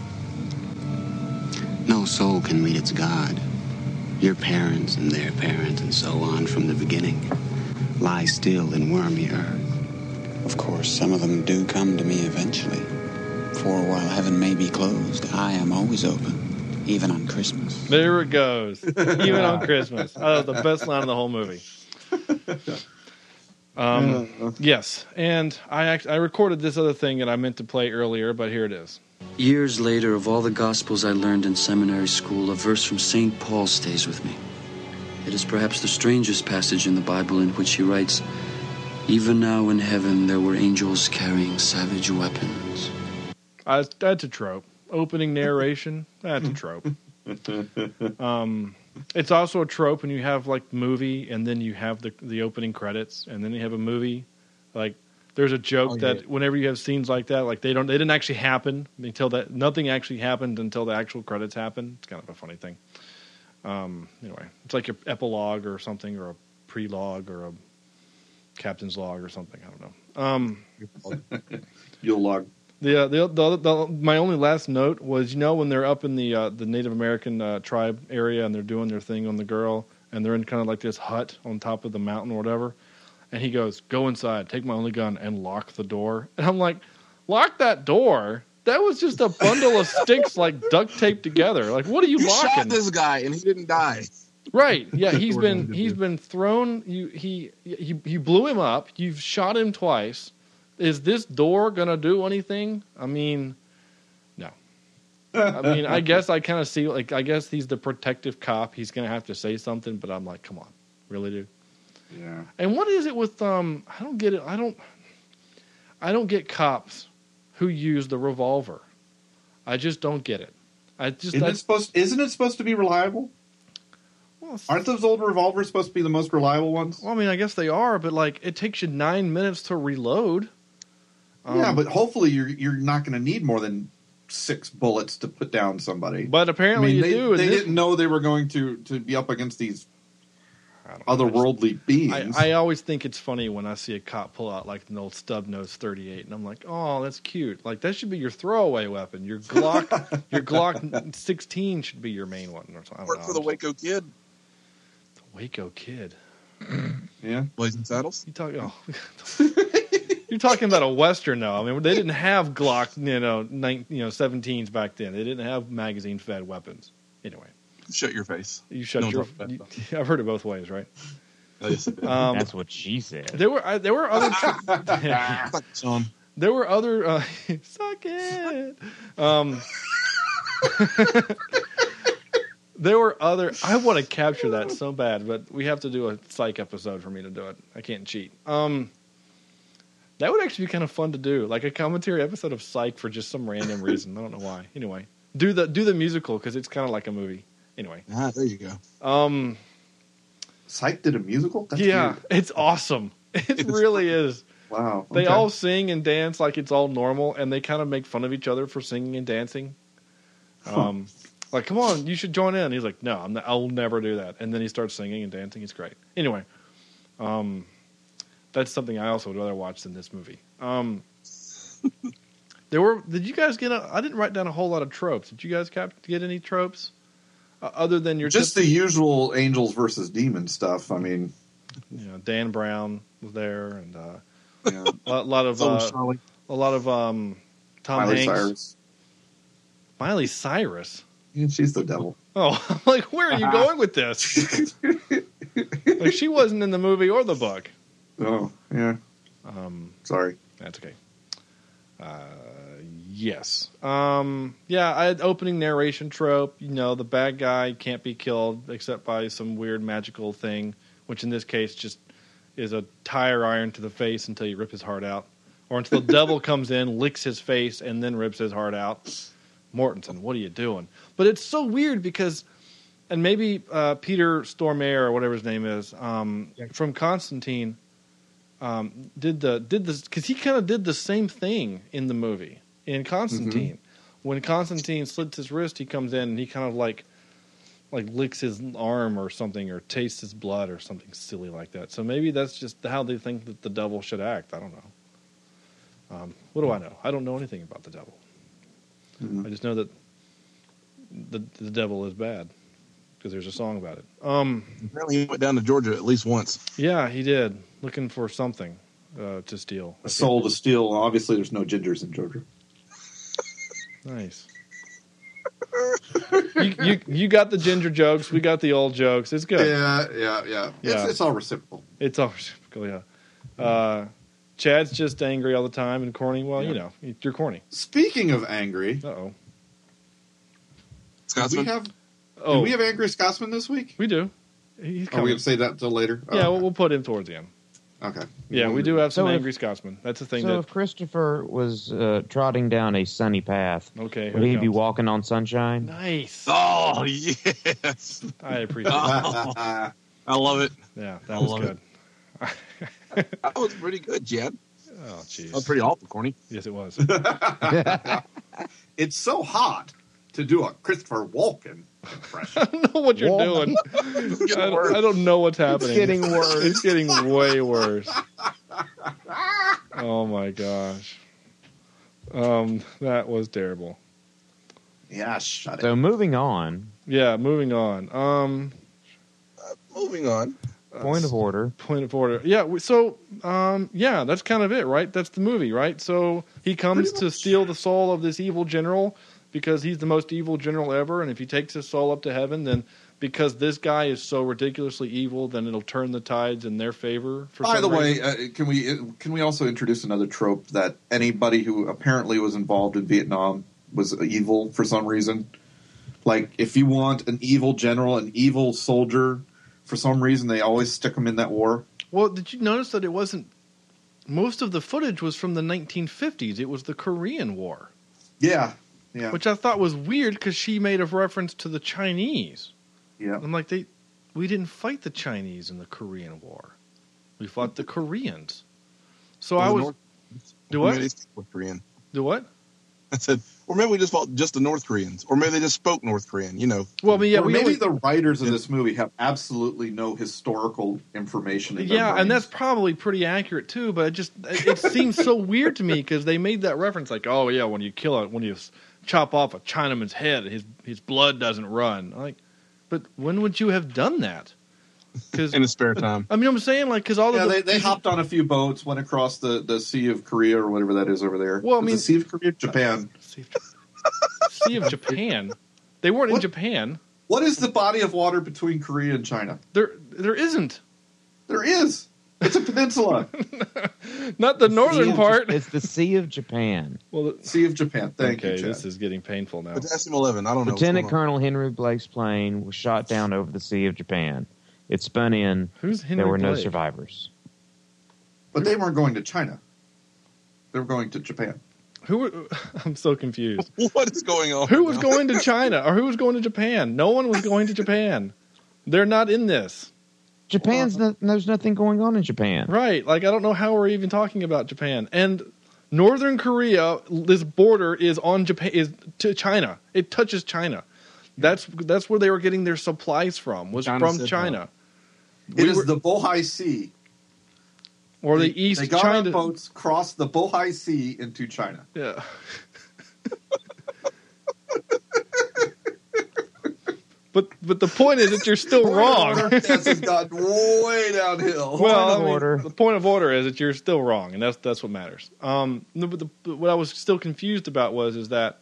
Speaker 12: no soul can meet its God. Your parents and their parents and so on from the beginning lie still in wormy earth.
Speaker 13: Of course, some of them do come to me eventually. For while heaven may be closed, I am always open, even on Christmas.
Speaker 1: There it goes. Even on Christmas. Oh, the best line of the whole movie. Um, yes, and I act- I recorded this other thing that I meant to play earlier, but here it is.
Speaker 2: Years later, of all the Gospels I learned in seminary school, a verse from St. Paul stays with me. It is perhaps the strangest passage in the Bible in which he writes Even now in heaven there were angels carrying savage weapons.
Speaker 1: I, that's a trope. Opening narration, that's a trope. Um, it's also a trope when you have like movie, and then you have the the opening credits, and then you have a movie. Like there's a joke
Speaker 14: Oh, yeah.
Speaker 1: that whenever you have scenes like that, like they don't they didn't actually happen until that nothing actually happened until the actual credits happen. It's kind of a funny thing. Um, anyway, it's like an epilogue or something, or a prelogue or a captain's log or something. I don't know. Um,
Speaker 5: You'll log.
Speaker 1: The, uh, the, the, the my only last note was you know when they're up in the uh, the Native American uh, tribe area and they're doing their thing on the girl and they're in kind of like this hut on top of the mountain or whatever, and he goes go inside, take my only gun and lock the door, and I'm like lock that door. That was just a bundle of sticks like duct taped together. Like what are you,
Speaker 8: You shot
Speaker 1: locking?
Speaker 8: this guy and he didn't die.
Speaker 1: Right. Yeah, he's
Speaker 8: Or
Speaker 1: been
Speaker 8: did
Speaker 1: he's been thrown you he you, you blew him up. You've shot him twice. Is this door going to do anything? I mean, no. I mean, I guess I kind of see like I guess he's the protective cop. He's going to have to say something, but I'm like, come on. Really do.
Speaker 5: Yeah.
Speaker 1: And what is it with um I don't get it. I don't I don't get cops who use the revolver. I just don't get it. I just
Speaker 5: Isn't
Speaker 1: I-
Speaker 5: it supposed? Isn't it supposed to be reliable? Aren't those old revolvers supposed to be the most reliable ones?
Speaker 1: Well, I mean, I guess they are, but like it takes you nine minutes to reload.
Speaker 5: yeah,
Speaker 1: Um,
Speaker 5: but hopefully you're you're not going to need more than six bullets to put down somebody.
Speaker 1: But apparently you
Speaker 5: they,
Speaker 1: do in
Speaker 5: They
Speaker 1: this-
Speaker 5: didn't know they were going to to be up against these otherworldly
Speaker 1: I,
Speaker 5: beings.
Speaker 1: I always think it's funny when I see a cop pull out like an old stub nose thirty eight, and I'm like, oh, that's cute. Like that should be your throwaway weapon. Your Glock, your Glock sixteen should be your main one. Or something. I don't
Speaker 8: Work
Speaker 1: know.
Speaker 8: for the Waco Kid.
Speaker 1: Waco Kid.
Speaker 5: Yeah,
Speaker 8: Blazing Saddles.
Speaker 1: You talk. Oh. You're talking about a western now. I mean, they didn't have Glock, you know, nine, you know, 17s back then. They didn't have magazine-fed weapons. Anyway,
Speaker 8: Shut your face.
Speaker 1: you shut
Speaker 8: No
Speaker 1: your.
Speaker 8: one's talking
Speaker 1: you- I've heard it both ways, right? Um,
Speaker 6: That's what she said.
Speaker 1: There were I, there were other tro- there were other uh, suck it. Um, there were other. I want to capture that so bad, but we have to do a psych episode for me to do it. I can't cheat. Um, that would actually be kind of fun to do, like a commentary episode of Psych for just some random reason. I don't know why. Anyway, do the do the musical because it's kind of like a movie. Anyway,
Speaker 8: Ah, there you go.
Speaker 1: um,
Speaker 5: Psych did a musical. That's
Speaker 1: yeah,
Speaker 5: weird.
Speaker 1: it's awesome. It really is.
Speaker 5: Wow.
Speaker 1: They
Speaker 5: Oh, okay.
Speaker 1: all sing and dance like it's all normal, and they kind of make fun of each other for singing and dancing. Um, like, come on, you should join in. He's like, no, I'm not, I'll never do that. And then he starts singing and dancing. It's great. Anyway, um, that's something I also would rather watch than this movie. Um, There were. Did you guys get? I I didn't write down a whole lot of tropes. Did you guys cap, get any tropes uh, other than your
Speaker 5: Just the
Speaker 1: typical-
Speaker 5: usual angels versus demon stuff. I mean,
Speaker 1: you know, Dan Brown was there, and uh, a lot of
Speaker 5: Oh,
Speaker 1: uh,
Speaker 5: Shirley.
Speaker 1: a lot of um, Tom
Speaker 5: Miley
Speaker 1: Hanks.
Speaker 5: Cyrus.
Speaker 1: Miley Cyrus.
Speaker 5: she's the devil.
Speaker 1: Oh, I'm like, where are you
Speaker 5: Uh-huh.
Speaker 1: going with this? like, she wasn't in the movie or the book.
Speaker 5: Oh, yeah.
Speaker 1: Um,
Speaker 5: Sorry.
Speaker 1: That's okay. Uh, yes. Um, yeah, I had opening narration trope. You know, the bad guy can't be killed except by some weird magical thing, which in this case just is a tire iron to the face until you rip his heart out, or until the devil comes in, licks his face, and then rips his heart out. Mortensen, what are you doing? But it's so weird because, and maybe uh, Peter Stormare or whatever his name is um, from Constantine um, did the did this because he kind of did the same thing in the movie in Constantine.
Speaker 8: Mm-hmm.
Speaker 1: When Constantine slits his wrist, he comes in and he kind of like like licks his arm or something or tastes his blood or something silly like that. So maybe that's just how they think that the devil should act. I don't know. Um, what do I know? I don't know anything about the devil.
Speaker 8: Mm-hmm.
Speaker 1: I just know that the the devil is bad because there's a song about it. Um,
Speaker 8: Apparently, he went down to Georgia at least once.
Speaker 1: Yeah, he did. Looking for something uh, to steal.
Speaker 5: A soul to steal. Obviously, there's no gingers in Georgia.
Speaker 1: Nice. you, you you got the ginger jokes. We got the old jokes. It's good.
Speaker 5: Yeah, yeah, yeah.
Speaker 1: Yeah.
Speaker 5: It's, it's all reciprocal.
Speaker 1: It's all reciprocal. Yeah. Uh, Chad's just angry all the time and corny. Well, you know, you're corny.
Speaker 5: Speaking of angry,
Speaker 1: uh oh,
Speaker 5: we have.
Speaker 1: Oh.
Speaker 5: Do we have angry Scotsman this week?
Speaker 1: We do.
Speaker 6: Oh,
Speaker 1: He's
Speaker 5: Are
Speaker 1: coming.
Speaker 5: we gonna say that till later? Oh,
Speaker 1: yeah, we'll, we'll put him towards the end.
Speaker 5: Okay.
Speaker 1: Yeah, we do have some
Speaker 6: So if-
Speaker 1: angry Scotsmen. That's the thing
Speaker 6: so
Speaker 1: that
Speaker 6: if Christopher was uh, trotting down a sunny path,
Speaker 1: Okay, here
Speaker 6: would he
Speaker 1: it
Speaker 6: be
Speaker 1: comes.
Speaker 6: walking on sunshine?
Speaker 1: Nice.
Speaker 8: Oh yes.
Speaker 1: I appreciate
Speaker 6: Uh-huh.
Speaker 8: Oh,
Speaker 1: it.
Speaker 8: I love it.
Speaker 1: Yeah, that
Speaker 8: I
Speaker 1: was
Speaker 8: love
Speaker 1: good.
Speaker 8: That was pretty good, Jed.
Speaker 1: Oh jeez.
Speaker 8: That was pretty awful, corny.
Speaker 1: Yes, it was.
Speaker 5: it's so hot to do a Christopher Walken impression.
Speaker 1: I don't know what you're
Speaker 5: Whoa.
Speaker 1: doing. I, I don't know what's happening.
Speaker 5: getting worse.
Speaker 1: It's getting way worse. Oh my gosh. Um, that was terrible.
Speaker 5: yeah, shut
Speaker 6: So moving on.
Speaker 1: Yeah, moving on. Um,
Speaker 8: moving on.
Speaker 6: Point of order.
Speaker 1: Point of order. Yeah. we- So, um, yeah, that's kind of it, right? That's the movie, right? So he comes to steal the soul of this evil general because he's the most evil general ever, and if he takes his soul up to heaven, then because this guy is so ridiculously evil, then it'll turn the tides in their favor. For
Speaker 5: By
Speaker 1: some
Speaker 5: the way,
Speaker 1: reason.
Speaker 5: uh, can we can we also introduce another trope that anybody who apparently was involved in Vietnam was evil for some reason? Like, if you want an evil general, an evil soldier, for some reason they always stick them in that war.
Speaker 1: well, did you notice that it wasn't? Most of the footage was from the 1950s. It was the Korean War.
Speaker 5: Yeah, yeah,
Speaker 1: which I thought was weird because she made a reference to the Chinese.
Speaker 5: yeah.
Speaker 1: I'm like, they, we didn't fight the Chinese in the Korean War. We fought the Koreans. So
Speaker 8: Well,
Speaker 1: I
Speaker 8: the
Speaker 1: was
Speaker 8: North- Maybe
Speaker 1: do what?
Speaker 8: it's North Korean.
Speaker 1: Do what?
Speaker 8: I said, or maybe we just fought just the North Koreans, or maybe they just spoke North Korean. You know,
Speaker 1: Well, I mean, yeah,
Speaker 5: Or
Speaker 1: we
Speaker 5: maybe
Speaker 1: always-
Speaker 5: the writers of this movie have absolutely no historical information. In their
Speaker 1: yeah, and
Speaker 5: brains.
Speaker 1: that's probably pretty accurate too. But it just it, it seems so weird to me because they made that reference like, oh yeah, when you kill it, when you s- chop off a Chinaman's head, his his blood doesn't run. I'm like, but when would you have done that? Because
Speaker 8: in his spare time.
Speaker 1: I mean, I'm saying like because all
Speaker 5: yeah,
Speaker 1: of the,
Speaker 5: they, they hopped on a few boats, went across the, the Sea of Korea or whatever that is over there.
Speaker 1: Well, I
Speaker 5: Is it
Speaker 1: mean-
Speaker 5: Sea of Korea, Japan.
Speaker 1: Sea of Japan. They weren't in Japan.
Speaker 5: What is the body of water between Korea and China?
Speaker 1: There, there isn't.
Speaker 5: There is. It's a peninsula.
Speaker 1: Not the northern
Speaker 6: Sea of-
Speaker 1: part.
Speaker 6: It's the Sea of Japan.
Speaker 1: Well,
Speaker 5: sea of Japan. Thank
Speaker 1: okay,
Speaker 5: you, Chad.
Speaker 1: this is getting painful now.
Speaker 8: But that's SM11. I don't know. what's going
Speaker 6: Lieutenant
Speaker 8: on.
Speaker 6: Colonel Henry Blake's plane was shot down over the Sea of Japan. It spun in.
Speaker 1: Who's Henry
Speaker 6: There were no
Speaker 1: Blake?
Speaker 6: survivors.
Speaker 5: But they weren't going to China. They were going to Japan.
Speaker 1: Who? were- I'm so confused.
Speaker 8: What is going on?
Speaker 1: Who was
Speaker 8: now?
Speaker 1: going to China or who was going to Japan? No one was going to Japan. They're not in this,
Speaker 6: Japan's no, there's nothing going on in Japan.
Speaker 1: right? Like I don't know how we're even talking about Japan and Northern Korea. This border is on Japan is to China. It touches China. That's that's where they were getting their supplies from. Was
Speaker 8: China
Speaker 1: from
Speaker 8: said
Speaker 1: China.
Speaker 5: It is the Bohai Sea.
Speaker 1: Or the
Speaker 5: They-
Speaker 1: East
Speaker 5: They got
Speaker 1: China-
Speaker 5: on boats, crossed the Bohai Sea into China.
Speaker 1: Yeah. but but the point is that you're still wrong.
Speaker 5: This has gotten way downhill.
Speaker 1: well, I mean, the point of order is that you're still wrong, and that's that's what matters. Um, no, but, the, but what I was still confused about was is that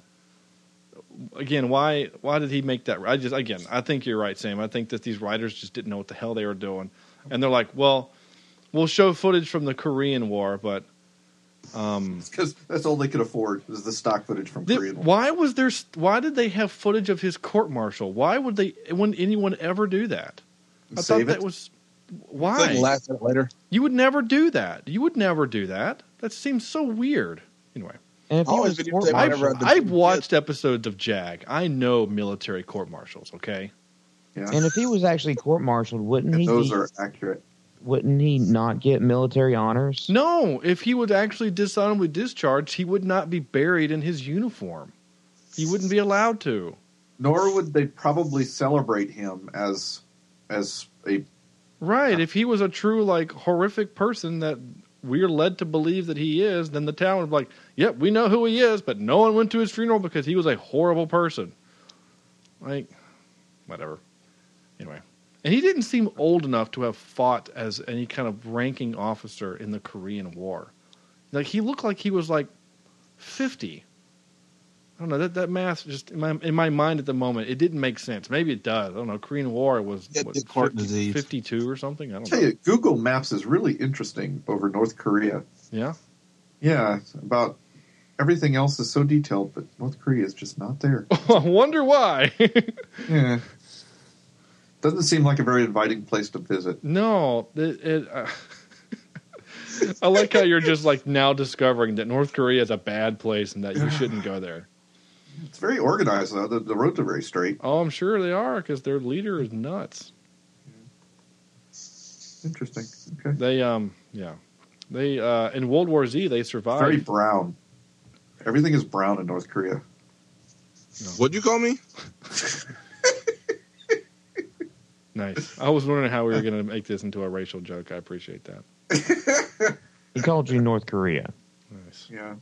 Speaker 1: again, why why did he make that? I just again, I think you're right, Sam. I think that these writers just didn't know what the hell they were doing, and they're like, well, we'll show footage from the Korean War, but um,
Speaker 5: because that's all they could afford is the stock footage from
Speaker 1: Th-
Speaker 5: Korean War.
Speaker 1: why was there? st- Why did they have footage of his court martial? Why would they? Wouldn't anyone ever do that? I
Speaker 8: Save
Speaker 1: thought that
Speaker 8: it.
Speaker 1: was why.
Speaker 8: Like last minute later.
Speaker 1: You would never do that. You would never do that. That seems so weird. Anyway,
Speaker 8: And if he Always was videotape court-martialed-
Speaker 1: I've,
Speaker 8: whenever I've been-
Speaker 1: I've watched episodes of Jag. I know military court martials. Okay.
Speaker 6: And if he was actually court martialed, wouldn't he?
Speaker 1: those
Speaker 6: be-
Speaker 1: are
Speaker 5: accurate.
Speaker 6: Wouldn't he not get military honors?
Speaker 1: No, if he was actually dishonorably discharged, he would not be buried in his uniform. He wouldn't be allowed to.
Speaker 5: Nor would they probably celebrate him as as a
Speaker 1: Right. If he was a true, like, horrific person that we're led to believe that he is, then the town would be like, yep, we know who he is, but no one went to his funeral because he was a horrible person. Like, whatever. Anyway. And he didn't seem old enough to have fought as any kind of ranking officer in the Korean War. Like, he looked like he was, like, 50. I don't know. That, that math just, in my, in my mind at the moment, it didn't make sense. Maybe it does. I don't know. Korean War was, what,
Speaker 5: did heart
Speaker 1: 50
Speaker 5: disease.
Speaker 1: 52 or something? I don't
Speaker 5: tell
Speaker 1: know.
Speaker 5: you, Google Maps is really interesting over North Korea.
Speaker 1: Yeah.
Speaker 5: Yeah, it's about everything else is so detailed, but North Korea is just not there.
Speaker 1: I wonder why.
Speaker 5: yeah, doesn't seem like a very inviting place to visit.
Speaker 1: No, it, it, uh, I like how you're just like now discovering that North Korea is a bad place and that you shouldn't go there.
Speaker 5: It's very organized though. The, the roads are very straight.
Speaker 1: Oh, I'm sure they are because their leader is nuts.
Speaker 5: Interesting.
Speaker 1: They um yeah, they uh in World War Z they survived.
Speaker 5: Very brown. Everything is brown in North Korea.
Speaker 8: What'd you call me?
Speaker 1: Nice. I was wondering how we were going to make this into a racial joke. I appreciate that.
Speaker 6: He called you North Korea.
Speaker 1: Nice.
Speaker 5: Yeah.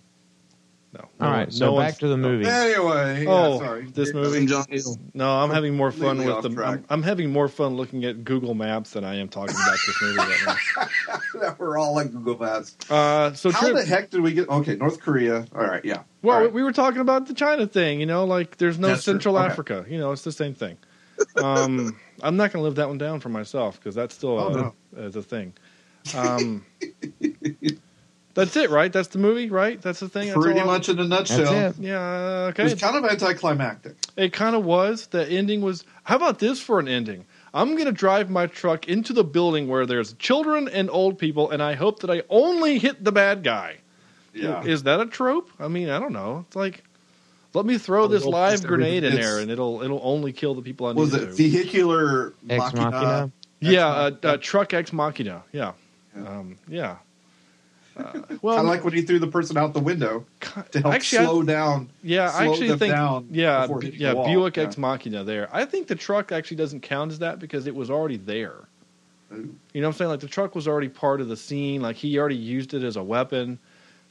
Speaker 1: No.
Speaker 6: All right, so back
Speaker 1: one's-
Speaker 6: to the movie.
Speaker 8: Eh,
Speaker 5: Anyway, yeah,
Speaker 1: oh,
Speaker 5: sorry.
Speaker 1: this
Speaker 5: You're
Speaker 1: movie.
Speaker 5: going John Hill.
Speaker 1: No, I'm having more fun
Speaker 5: Completely
Speaker 1: with
Speaker 5: off
Speaker 1: the.
Speaker 5: track.
Speaker 1: I'm, I'm having more fun looking at Google Maps than I am talking about this movie right now.
Speaker 5: that we're all like Google Maps.
Speaker 1: Uh, so
Speaker 5: how
Speaker 1: Trip-
Speaker 5: the heck did we get? Okay, North Korea. All right, yeah.
Speaker 1: Well, we were talking about the China thing, you know, like there's no
Speaker 5: That's true.
Speaker 1: Central
Speaker 5: Okay.
Speaker 1: Africa. You know, it's the same thing. Um, I'm not going to live that one down for myself because that's still
Speaker 5: Oh,
Speaker 1: uh
Speaker 5: no.
Speaker 1: uh, the thing. Um, that's it, right? That's the movie, right? That's the thing. That's
Speaker 5: Pretty
Speaker 1: all I-
Speaker 5: much in a nutshell.
Speaker 1: That's it. Yeah. uh, Okay.
Speaker 5: It was kind of anticlimactic.
Speaker 1: It kind of was. The ending was. How about this for an ending? I'm going to drive my truck into the building where there's children and old people, and I hope that I only hit the bad guy.
Speaker 5: Yeah.
Speaker 1: Is that a trope? I mean, I don't know. It's like, let me throw this
Speaker 5: little
Speaker 1: live
Speaker 5: piece of everything.
Speaker 1: grenade in
Speaker 5: It's-
Speaker 1: there, and it'll it'll only kill the people I
Speaker 5: What was
Speaker 1: need
Speaker 5: it
Speaker 1: to.
Speaker 5: vehicular
Speaker 1: Ex
Speaker 5: machina?
Speaker 1: Machina? yeah, uh, uh, truck ex machina. Yeah, um, yeah. Uh, well,
Speaker 5: I like when he threw the person out the window to help
Speaker 1: actually, I-
Speaker 5: slow down.
Speaker 1: Yeah, I
Speaker 5: slow
Speaker 1: actually
Speaker 5: them
Speaker 1: think
Speaker 5: down
Speaker 1: yeah,
Speaker 5: before
Speaker 1: B-
Speaker 5: hitting
Speaker 1: yeah,
Speaker 5: the wall.
Speaker 1: Buick Ex
Speaker 5: Yeah.
Speaker 1: Machina there. I think the truck actually doesn't count as that because it was already there.
Speaker 5: Oh.
Speaker 1: You know what I'm saying? Like the truck was already part of the scene. Like he already used it as a weapon.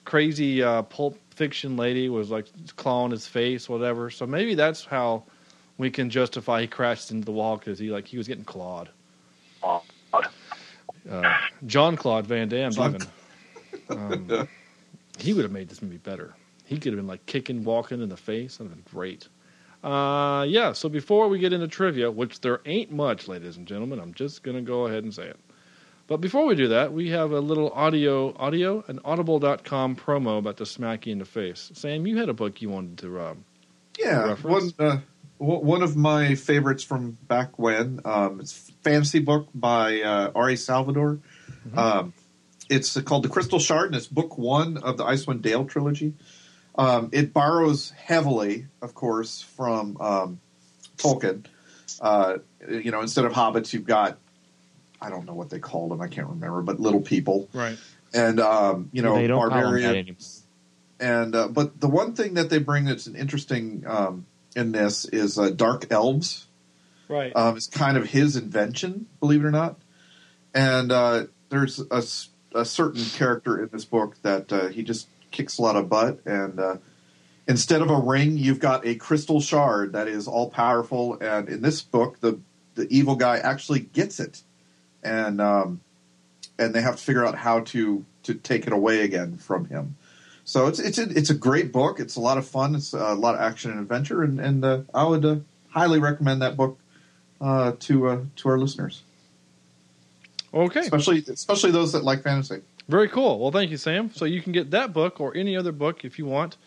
Speaker 1: Crazy uh, Pulp Fiction lady was like clawing his face, whatever. So maybe that's how we can justify he crashed into the wall because he like he was getting clawed. Uh, John Claude Van Damme even. Um, he would have made this movie better. He could have been like kicking, walking in the face. That'd have been great. Uh, yeah. So before we get into trivia, which there ain't much, ladies and gentlemen, I'm just gonna go ahead and say it. But before we do that, we have a little audio, audio, an audible.com promo about the smack you in the face. Sam, you had a book you wanted to um,
Speaker 5: Yeah, one,
Speaker 1: reference.
Speaker 5: uh, w- one of my favorites from back when. Um, it's a fantasy book by uh, Ari Salvador.
Speaker 6: Mm-hmm.
Speaker 5: Um, it's called The Crystal Shard, and it's book one of the Icewind Dale trilogy. Um, it borrows heavily, of course, from um, Tolkien. Uh, you know, instead of hobbits, you've got I don't know what they called them. I can't remember, but little people,
Speaker 1: right?
Speaker 5: And um, you know,
Speaker 6: They don't call 'em that
Speaker 5: barbarian
Speaker 6: anymore.
Speaker 5: and uh, but the one thing that they bring that's an interesting um, in this is uh, dark elves.
Speaker 1: Right.
Speaker 5: Um, it's kind of his invention, believe it or not. And uh, there's a, s- a certain character in this book that uh, he just kicks a lot of butt, and uh, instead of a ring, you've got a crystal shard that is all powerful. And in this book, the the evil guy actually gets it, and um, and they have to figure out how to to take it away again from him. So it's it's a, it's a great book. It's a lot of fun. It's a lot of action and adventure, and and uh, I would uh, highly recommend that book uh, to uh, to our listeners.
Speaker 1: Okay.
Speaker 5: Especially especially those that like fantasy.
Speaker 1: Very cool. Well, thank you, Sam. So you can get that book or any other book if you want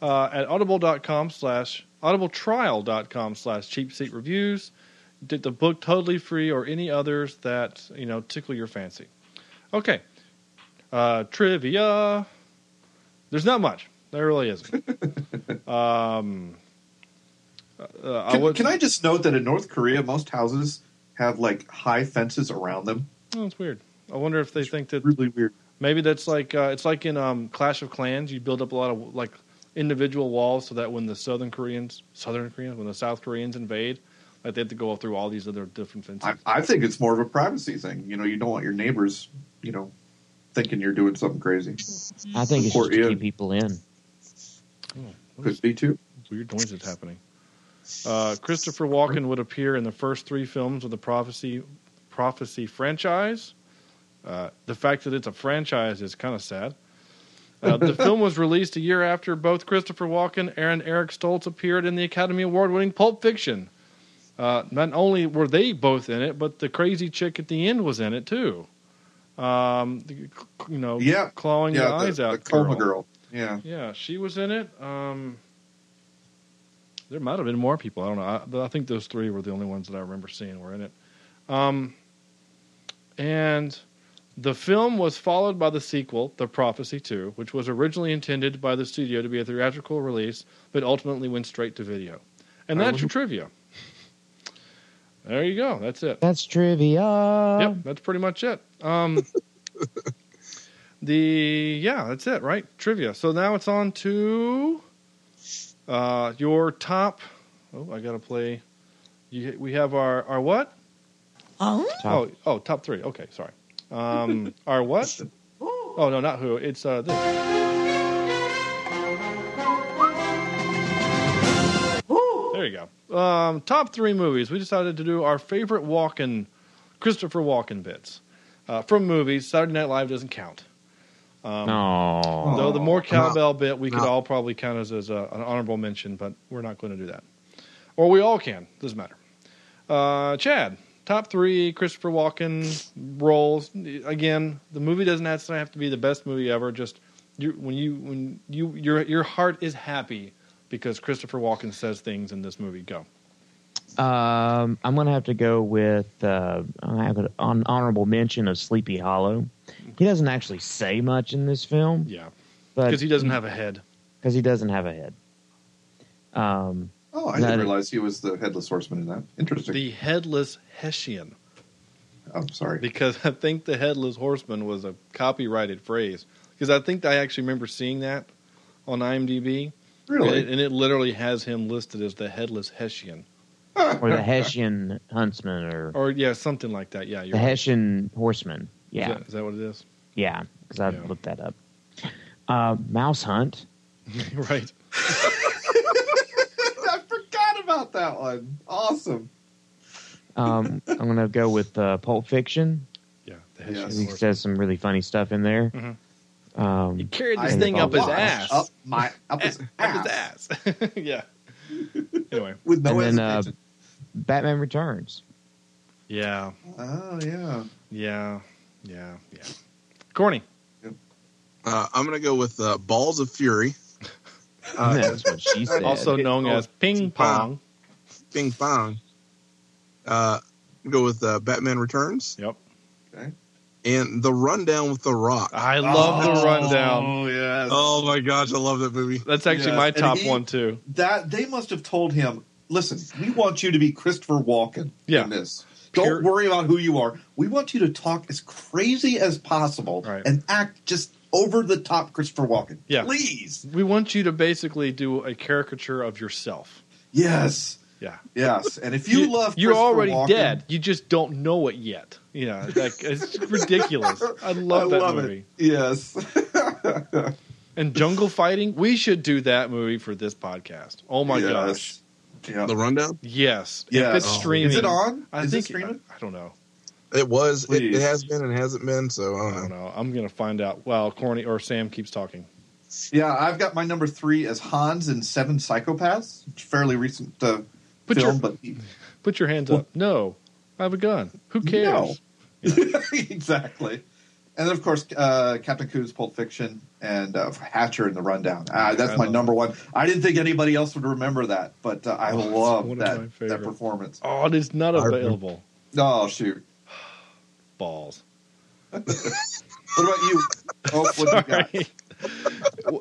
Speaker 1: uh, at audible.com slash audibletrial.com slash cheap seat reviews. Get the book totally free or any others that, you know, tickle your fancy. Okay. Uh, trivia. There's not much. There really isn't. um, uh,
Speaker 5: Can,
Speaker 1: I would,
Speaker 5: can I just note that in North Korea, most houses have like high fences around them.
Speaker 1: Oh, that's weird. I wonder if they think that
Speaker 5: really weird.
Speaker 1: Maybe that's like uh, it's like in um, Clash of Clans. You build up a lot of like individual walls so that when the Southern Koreans, Southern Koreans, when the South Koreans invade, like they have to go through all these other different fences.
Speaker 5: I, I think it's more of a privacy thing. You know, you don't want your neighbors, you know, thinking you're doing something crazy.
Speaker 6: I think it's
Speaker 5: Or
Speaker 6: just to keep people in.
Speaker 5: Could be too.
Speaker 1: Weird noises happening. Uh, Christopher Walken would appear in the first three films of the prophecy prophecy franchise. Uh, the fact that it's a franchise is kind of sad. Uh, the film was released a year after both Christopher Walken and Eric Stoltz appeared in the Academy Award winning Pulp Fiction. Uh, not only were they both in it, but the crazy chick at the end was in it too. Um, the- you know,
Speaker 5: Yeah.
Speaker 1: clawing
Speaker 5: Yeah,
Speaker 1: the
Speaker 5: the-
Speaker 1: eyes
Speaker 5: the
Speaker 1: out.
Speaker 5: coma girl. Yeah.
Speaker 1: yeah, she was in it. Um, there might have been more people. I don't know. I, but I think those three were the only ones that I remember seeing were in it. Um, and the film was followed by the sequel, The Prophecy 2, which was originally intended by the studio to be a theatrical release, but ultimately went straight to video. And
Speaker 6: I
Speaker 1: that's your
Speaker 6: wonder-
Speaker 1: trivia. There you go. That's it.
Speaker 6: That's trivia.
Speaker 1: Yep, that's pretty much it. Um, the yeah, that's it, right? Trivia. So now it's on to uh, your top. Oh, I gotta play. You, we have our our what?
Speaker 3: Oh.
Speaker 1: oh, oh, top three. Okay, sorry. Um, our what? Oh no, not who. It's uh, this. There you go. Um, top three movies. We decided to do our favorite Walken, Christopher Walken bits uh, from movies. Saturday Night Live doesn't count. Um,
Speaker 6: No.
Speaker 1: Though the more cowbell bit we could
Speaker 6: No.
Speaker 1: all probably count as, as a, an honorable mention, but we're not going to do that. Or we all can. Doesn't matter. Uh, Chad, top three Christopher Walken roles. Again, the movie doesn't have to have to be the best movie ever. Just you, when you when you your your heart is happy because Christopher Walken says things in this movie. Go.
Speaker 6: Um, I'm gonna have to go with uh, I have an hon- honorable mention of Sleepy Hollow. He doesn't actually say much in this film.
Speaker 1: Yeah,
Speaker 6: but
Speaker 1: because he doesn't have a head.
Speaker 6: because he doesn't have a head. Um,
Speaker 5: Oh, I
Speaker 6: that-
Speaker 5: didn't realize he was the headless horseman in that. Interesting.
Speaker 1: The headless Hessian.
Speaker 5: I'm sorry.
Speaker 1: Because I think the headless horseman was a copyrighted phrase. Because I think I actually remember seeing that on IMDb.
Speaker 5: Really?
Speaker 1: And it, and it literally has him listed as the headless Hessian.
Speaker 6: or the Hessian huntsman, or,
Speaker 1: Or, yeah, something like that. Yeah. Oh, You're
Speaker 6: the
Speaker 1: right.
Speaker 6: Hessian horseman. Yeah,
Speaker 1: Is that, is that what it is?
Speaker 6: yeah, because I looked that up. Uh, Mouse Hunt.
Speaker 1: right.
Speaker 5: I forgot about that one. Awesome.
Speaker 6: Um, I'm gonna go with uh, Pulp Fiction.
Speaker 1: Yeah,
Speaker 6: he says some really funny stuff in there.
Speaker 1: Mm-hmm.
Speaker 6: Um, he
Speaker 1: carried this thing up his ass.
Speaker 5: Up my up his
Speaker 1: ass. yeah. Anyway.
Speaker 5: With no
Speaker 6: and then uh, Batman Returns.
Speaker 1: Yeah.
Speaker 5: Oh yeah.
Speaker 1: Yeah. Yeah. Yeah. Corny.
Speaker 8: Uh, I'm gonna go with uh, Balls of Fury. Uh,
Speaker 6: That's what she said.
Speaker 1: Also known
Speaker 5: Oh,
Speaker 1: as Ping Pong.
Speaker 8: Ping pong. Uh, go with uh, Batman Returns.
Speaker 1: Yep.
Speaker 5: Okay.
Speaker 8: And the rundown with the Rock.
Speaker 1: I love The Rundown.
Speaker 5: Oh yes.
Speaker 8: Oh my gosh, I love that movie.
Speaker 1: That's actually
Speaker 5: Yes.
Speaker 1: my
Speaker 5: And
Speaker 1: top
Speaker 5: he-
Speaker 1: one, too.
Speaker 5: That they must have told him. Listen, we want you to be Christopher Walken
Speaker 1: Yeah.
Speaker 5: in this. Don't worry about who you are. We want you to talk as crazy as possible and act just over the top, Christopher Walken.
Speaker 1: Yeah.
Speaker 5: Please.
Speaker 1: We want you to basically do a caricature of yourself.
Speaker 5: Yes.
Speaker 1: Yeah.
Speaker 5: Yes, and if you, love,
Speaker 1: you're
Speaker 5: Christopher
Speaker 1: already
Speaker 5: Walken-
Speaker 1: dead. You just don't know it yet. You know, like it's ridiculous. I love
Speaker 5: I
Speaker 1: that
Speaker 5: love it.
Speaker 1: movie.
Speaker 5: Yes.
Speaker 1: Oh and jungle fighting. We should do that movie for this podcast. Oh my
Speaker 5: Yes.
Speaker 1: gosh.
Speaker 8: The rundown.
Speaker 1: Yes.
Speaker 8: Yes.
Speaker 1: If it's
Speaker 8: Oh.
Speaker 1: streaming.
Speaker 8: Is it on?
Speaker 1: I
Speaker 8: Is it
Speaker 1: think
Speaker 8: streaming?
Speaker 1: I, I don't know.
Speaker 8: It was. It,
Speaker 1: Please.
Speaker 8: it has been and hasn't been. So I
Speaker 5: Uh-huh.
Speaker 1: I don't know. I'm gonna find out. Well, Corny or Sam keeps talking.
Speaker 5: Yeah, I've got my number three as Hans in Seven Psychopaths, which is fairly recent uh,
Speaker 1: Put
Speaker 5: film,
Speaker 1: your-
Speaker 5: but
Speaker 1: Put your hands up. No, I have a gun. Who cares?
Speaker 5: No. exactly. And then, of course, uh, Captain Coon's Pulp Fiction and uh, Hatcher in the Rundown. Ah, that's
Speaker 1: I
Speaker 5: my
Speaker 1: love
Speaker 5: number one. I didn't think anybody else would remember that, but uh, I
Speaker 1: Oh, it's
Speaker 5: love
Speaker 1: one of my
Speaker 5: that,
Speaker 1: favorite.
Speaker 5: that performance.
Speaker 1: Oh, it is not
Speaker 5: I remember-
Speaker 1: available.
Speaker 5: Oh, shoot.
Speaker 1: Balls.
Speaker 5: What about you? Oh, what you got?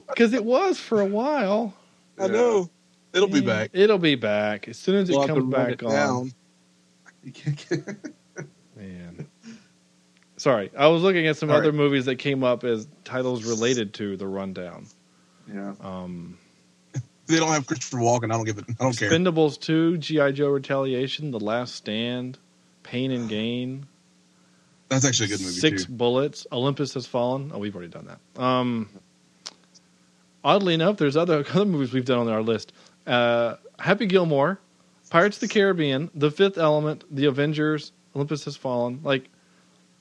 Speaker 1: Because it was for a while.
Speaker 8: I know. It'll be back.
Speaker 1: It'll be back as soon as
Speaker 8: We'll
Speaker 1: it
Speaker 8: have to
Speaker 1: comes
Speaker 8: run
Speaker 1: back
Speaker 8: it
Speaker 1: on.
Speaker 8: down.
Speaker 1: Man. Sorry, I was looking at some
Speaker 5: All
Speaker 1: other
Speaker 5: right.
Speaker 1: movies that came up as titles related to the rundown.
Speaker 5: Yeah.
Speaker 1: Um,
Speaker 8: They don't have Christopher Walken. I don't give it. I don't care.
Speaker 1: Expendables 2, G.I. Joe Retaliation, The Last Stand, Pain and Gain.
Speaker 8: That's actually a good movie.
Speaker 1: Six
Speaker 8: too.
Speaker 1: Bullets, Olympus Has Fallen. Oh, we've already done that. Um, oddly enough, there's other, other movies we've done on our list uh, Happy Gilmore, Pirates of the Caribbean, The Fifth Element, The Avengers, Olympus Has Fallen. Like,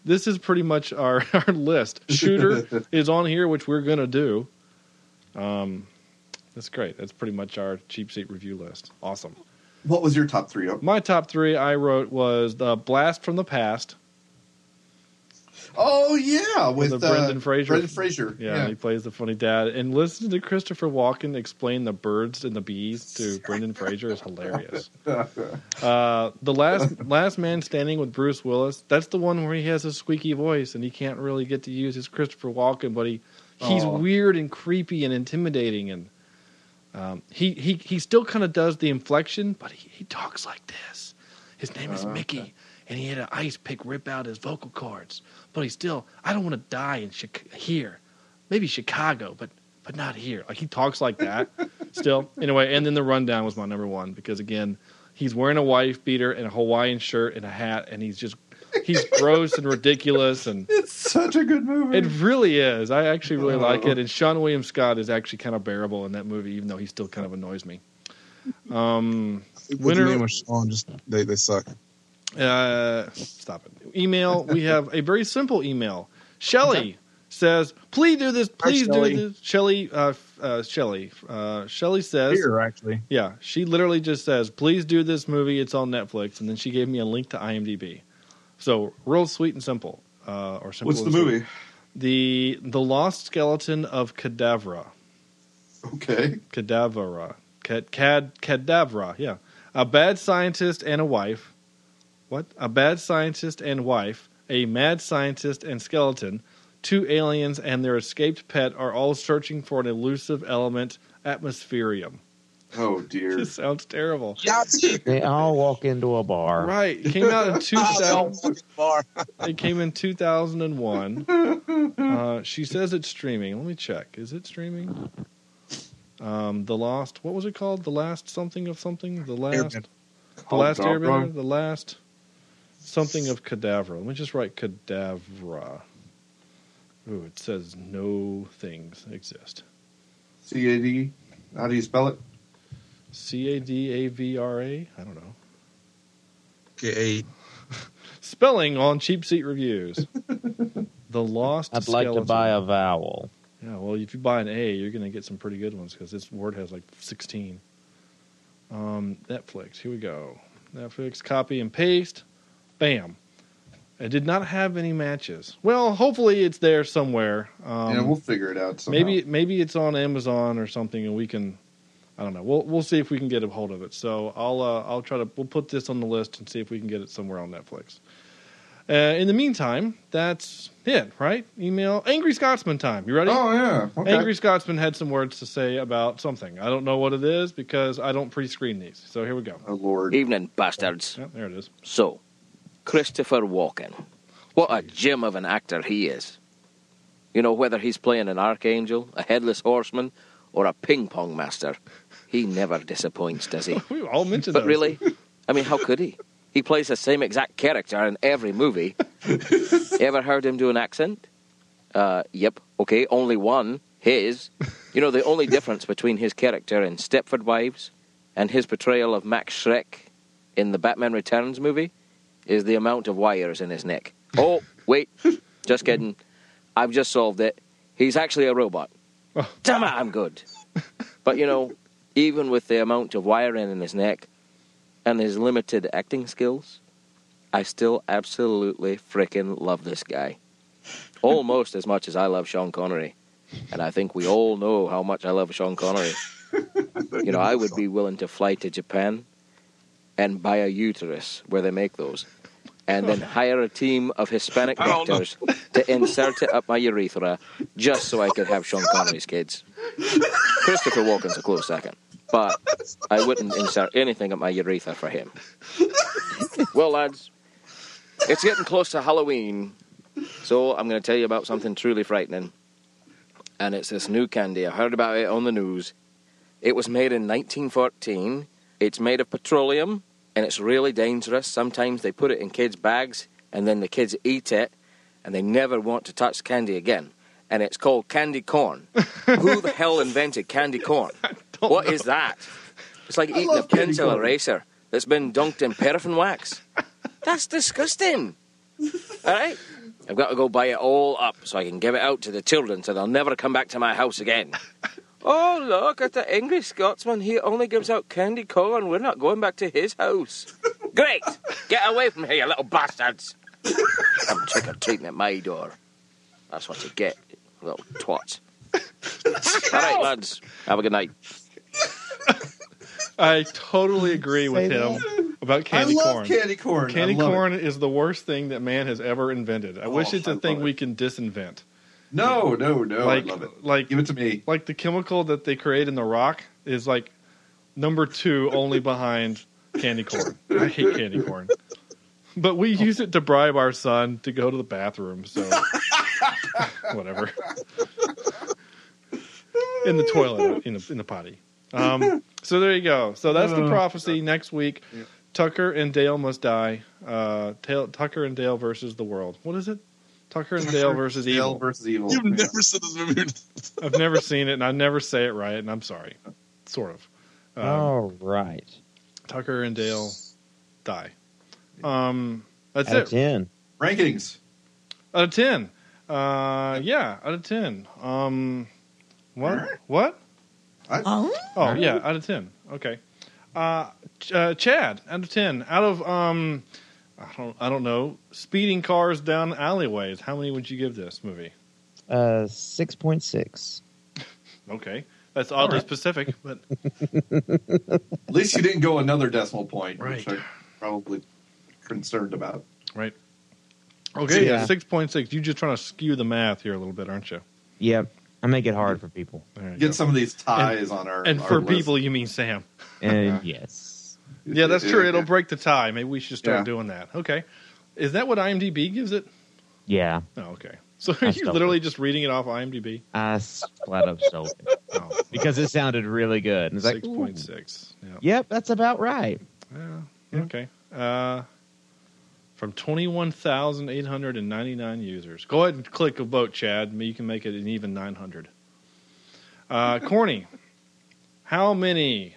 Speaker 1: this is pretty much our, our list. Shooter is on here, which we're going to do. Um, that's great. That's pretty much our cheap seat review list. Awesome.
Speaker 5: What was your top three? Oak?
Speaker 1: My top three I wrote was The Blast from the Past,
Speaker 5: Oh, yeah. With,
Speaker 1: with,
Speaker 5: uh,
Speaker 1: Brendan Fraser.
Speaker 5: Brendan Fraser.
Speaker 1: Yeah, he plays the funny dad. And listening to Christopher Walken explain the birds and the bees to Brendan Fraser is hilarious. Uh, the last Last Man Standing with Bruce Willis. That's the one where he has a squeaky voice and he can't really get to use his Christopher Walken, but he he's
Speaker 5: Aw.
Speaker 1: weird and creepy and intimidating and. Um, he, he he still kind of does the inflection, but he, he talks like this. His name is
Speaker 5: Oh, okay.
Speaker 1: Mickey, and he had an ice pick rip out his vocal cords. But he still, I don't want to die in Chic here, maybe Chicago, but but not here. Like he talks like that still. Anyway, and then the rundown was my number one because again, he's wearing a wife beater and a Hawaiian shirt and a hat, and he's just he's gross and ridiculous and
Speaker 5: It's such a good movie.
Speaker 1: it really is. I actually really like
Speaker 5: Oh.
Speaker 1: it. And Sean William Scott is actually kind of bearable in that movie, even though he still kind of annoys me. Um,
Speaker 8: With
Speaker 1: winner,
Speaker 8: the name of Sean, just they, they suck.
Speaker 1: uh, stop it. Email. We have a very simple email. Shelly says, "Please do this. Please
Speaker 8: Shelley.
Speaker 1: do this." Shelly. Uh, f- uh, Shelly. Uh, Shelly says,
Speaker 8: Here, actually.
Speaker 1: "Yeah." She literally just says, "Please do this movie. It's on Netflix." And then she gave me a link to IMDb. So real sweet and simple. Uh, or simple.
Speaker 5: What's the
Speaker 1: and sweet.
Speaker 5: movie?
Speaker 1: The The Lost Skeleton of Cadavra.
Speaker 5: Okay.
Speaker 1: Cadavra. Cad, cad, cadavra, yeah. A bad scientist and a wife. What? A bad scientist and wife, a mad scientist and skeleton, two aliens and their escaped pet are all searching for an elusive element, atmospherium.
Speaker 5: Oh, dear.
Speaker 1: This sounds terrible.
Speaker 6: They all walk into a bar.
Speaker 1: Right. It came out in 2000.
Speaker 8: Bar.
Speaker 1: it came in 2001. Uh, she says it's streaming. Let me check. Is it streaming? Um, the Lost. What was it called? The Last something of something. The last.
Speaker 8: Airbender.
Speaker 1: The last
Speaker 5: Oh, dog,
Speaker 1: Airbender.
Speaker 5: dog.
Speaker 1: The last something of Cadavra. Let me just write Cadavra. Ooh, it says no things exist.
Speaker 5: C A D. How do you spell it?
Speaker 1: C A D A V R A. I don't know.
Speaker 8: Okay,
Speaker 1: Spelling on cheap seat reviews. the Lost.
Speaker 6: I'd like to
Speaker 1: Skeleton.
Speaker 6: buy a vowel.
Speaker 1: Yeah, well, if you buy an A, you're going to get some pretty good ones because this word has like 16. Um, Netflix, here we go. Netflix, copy and paste. Bam. It did not have any matches. Well, hopefully it's there somewhere. Um,
Speaker 5: yeah, we'll figure it out. Somehow.
Speaker 1: maybe maybe it's on Amazon or something, and we can. I don't know. We'll we'll see if we can get a hold of it. So I'll uh, I'll try to we'll put this on the list and see if we can get it somewhere on Netflix. Uh, in the meantime, that's it, right? Email Angry Scotsman time. You ready?
Speaker 5: Oh yeah. Okay.
Speaker 1: Angry Scotsman had some words to say about something. I don't know what it is because I don't pre-screen these. So here we go.
Speaker 5: Oh Lord.
Speaker 7: Evening, bastards.
Speaker 1: Yeah, there it is.
Speaker 7: So, Christopher Walken. What a gem of an actor he is. You know, whether he's playing an archangel, a headless horseman, or a ping pong master. He never disappoints, does he?
Speaker 1: We all mentioned
Speaker 7: But
Speaker 1: those.
Speaker 7: really, I mean, how could he? He plays the same exact character in every movie. Ever heard him do an accent? Uh, yep. Okay, only one. His. You know, the only difference between his character in Stepford Wives and his portrayal of Max Schreck in the Batman Returns movie is the amount of wires in his neck. Oh, wait. Just kidding. I've just solved it. He's actually a robot. Damn it, I'm good. But you know, even with the amount of wiring in his neck and his limited acting skills, I still absolutely frickin' love this guy. Almost as much as I love Sean Connery. And I think we all know how much I love Sean Connery. You know, I would be willing to fly to Japan and buy a uterus where they make those. And then hire a team of Hispanic
Speaker 3: I don't know.
Speaker 7: doctors to insert it up my urethra just so I could have Sean Connery's kids. Christopher Walken's a close second, but I wouldn't insert anything at my urethra for him. Well, lads, it's getting close to Halloween, so I'm going to tell you about something truly frightening. And it's this new candy. I heard about it on the news. It was made in 1914. It's made of petroleum, and it's really dangerous. Sometimes they put it in kids' bags, and then the kids eat it, and they never want to touch candy again. And it's called candy corn. Who the hell invented candy corn? What is that? It's like eating a
Speaker 3: love candy
Speaker 7: pencil
Speaker 3: corn.
Speaker 7: eraser that's been dunked in paraffin wax. That's disgusting. All right? I've got to go buy it all up so I can give it out to the children so they'll never come back to my house again. Oh, look at the English Scotsman. He only gives out candy corn. We're not going back to his house. Great! Get away from here, you little bastards! Come trick or treating at my door. That's what you get, you little twats. All right, lads. Have a good night.
Speaker 1: I totally agree with
Speaker 7: Say
Speaker 1: him
Speaker 7: that.
Speaker 1: about candy
Speaker 5: love
Speaker 1: corn.
Speaker 5: candy corn. I
Speaker 1: Candy
Speaker 5: love it.
Speaker 1: corn is the worst thing that man has ever invented. I wish
Speaker 5: Oh,
Speaker 1: it's
Speaker 5: I
Speaker 1: a
Speaker 5: love
Speaker 1: thing
Speaker 5: it.
Speaker 1: we can disinvent.
Speaker 5: No, no, no.
Speaker 1: Like,
Speaker 5: I love it.
Speaker 1: like
Speaker 5: give it to me.
Speaker 1: Like the chemical that they create in the rock is like number two only behind candy corn. I hate candy corn. But we use it to bribe our son to go to the bathroom, so whatever. In the toilet, in the in the potty. Um, so there you go. So that's the
Speaker 5: Oh.
Speaker 1: prophecy next week.
Speaker 5: Yeah.
Speaker 1: Tucker and Dale must die. Uh, Tail Tucker and Dale versus the world. What is it? Tucker and Dale versus
Speaker 5: Dale
Speaker 1: evil.
Speaker 5: versus evil.
Speaker 8: You've
Speaker 5: Yeah.
Speaker 8: never seen this movie.
Speaker 1: I've never seen it, and I never say it right, and I'm sorry. Sort of. Um,
Speaker 6: All right.
Speaker 1: Tucker and Dale die. Um, that's
Speaker 6: Out of
Speaker 1: it.
Speaker 6: 10.
Speaker 5: Rankings.
Speaker 1: Out of ten. Uh, yeah, out of ten. Um, what? What?
Speaker 5: oh,
Speaker 1: yeah, out of ten. Okay. Uh, Ch- uh, Chad, out of ten. Out of um, I don't, I don't know. Speeding cars down alleyways. How many would you give this movie?
Speaker 6: Uh, 6.6.
Speaker 1: Okay, that's oddly specific, but
Speaker 5: At least you didn't go another decimal point, which
Speaker 1: Right.
Speaker 5: I'm probably concerned about.
Speaker 1: right. Okay,
Speaker 6: Yeah.
Speaker 1: six point six. You're just trying to skew the math here a little bit, aren't you?
Speaker 6: Yep. I make it hard for people.
Speaker 1: There you
Speaker 5: Get
Speaker 1: go.
Speaker 5: some of these ties on our
Speaker 1: And
Speaker 5: our
Speaker 1: for
Speaker 5: list.
Speaker 1: people, you mean Sam?
Speaker 6: And Uh, yes.
Speaker 1: Yeah, that's true.
Speaker 5: Yeah.
Speaker 1: It'll break the tie. Maybe we should start
Speaker 5: Yeah.
Speaker 1: doing that. Okay. Is that what IMDb gives it?
Speaker 6: Yeah.
Speaker 1: Oh, okay. So
Speaker 6: I
Speaker 1: are you
Speaker 6: stole
Speaker 1: literally just reading it off IMDb?
Speaker 6: I flat up sold it
Speaker 1: Oh,
Speaker 6: because it sounded really good. And it's like,
Speaker 1: six point six.
Speaker 6: ooh, Yep, that's about right.
Speaker 1: Yeah. Yeah. Okay. Uh, from twenty one thousand eight hundred and ninety nine users. Go ahead and click a vote, Chad. You can make it an even nine hundred. Uh, corny. How many?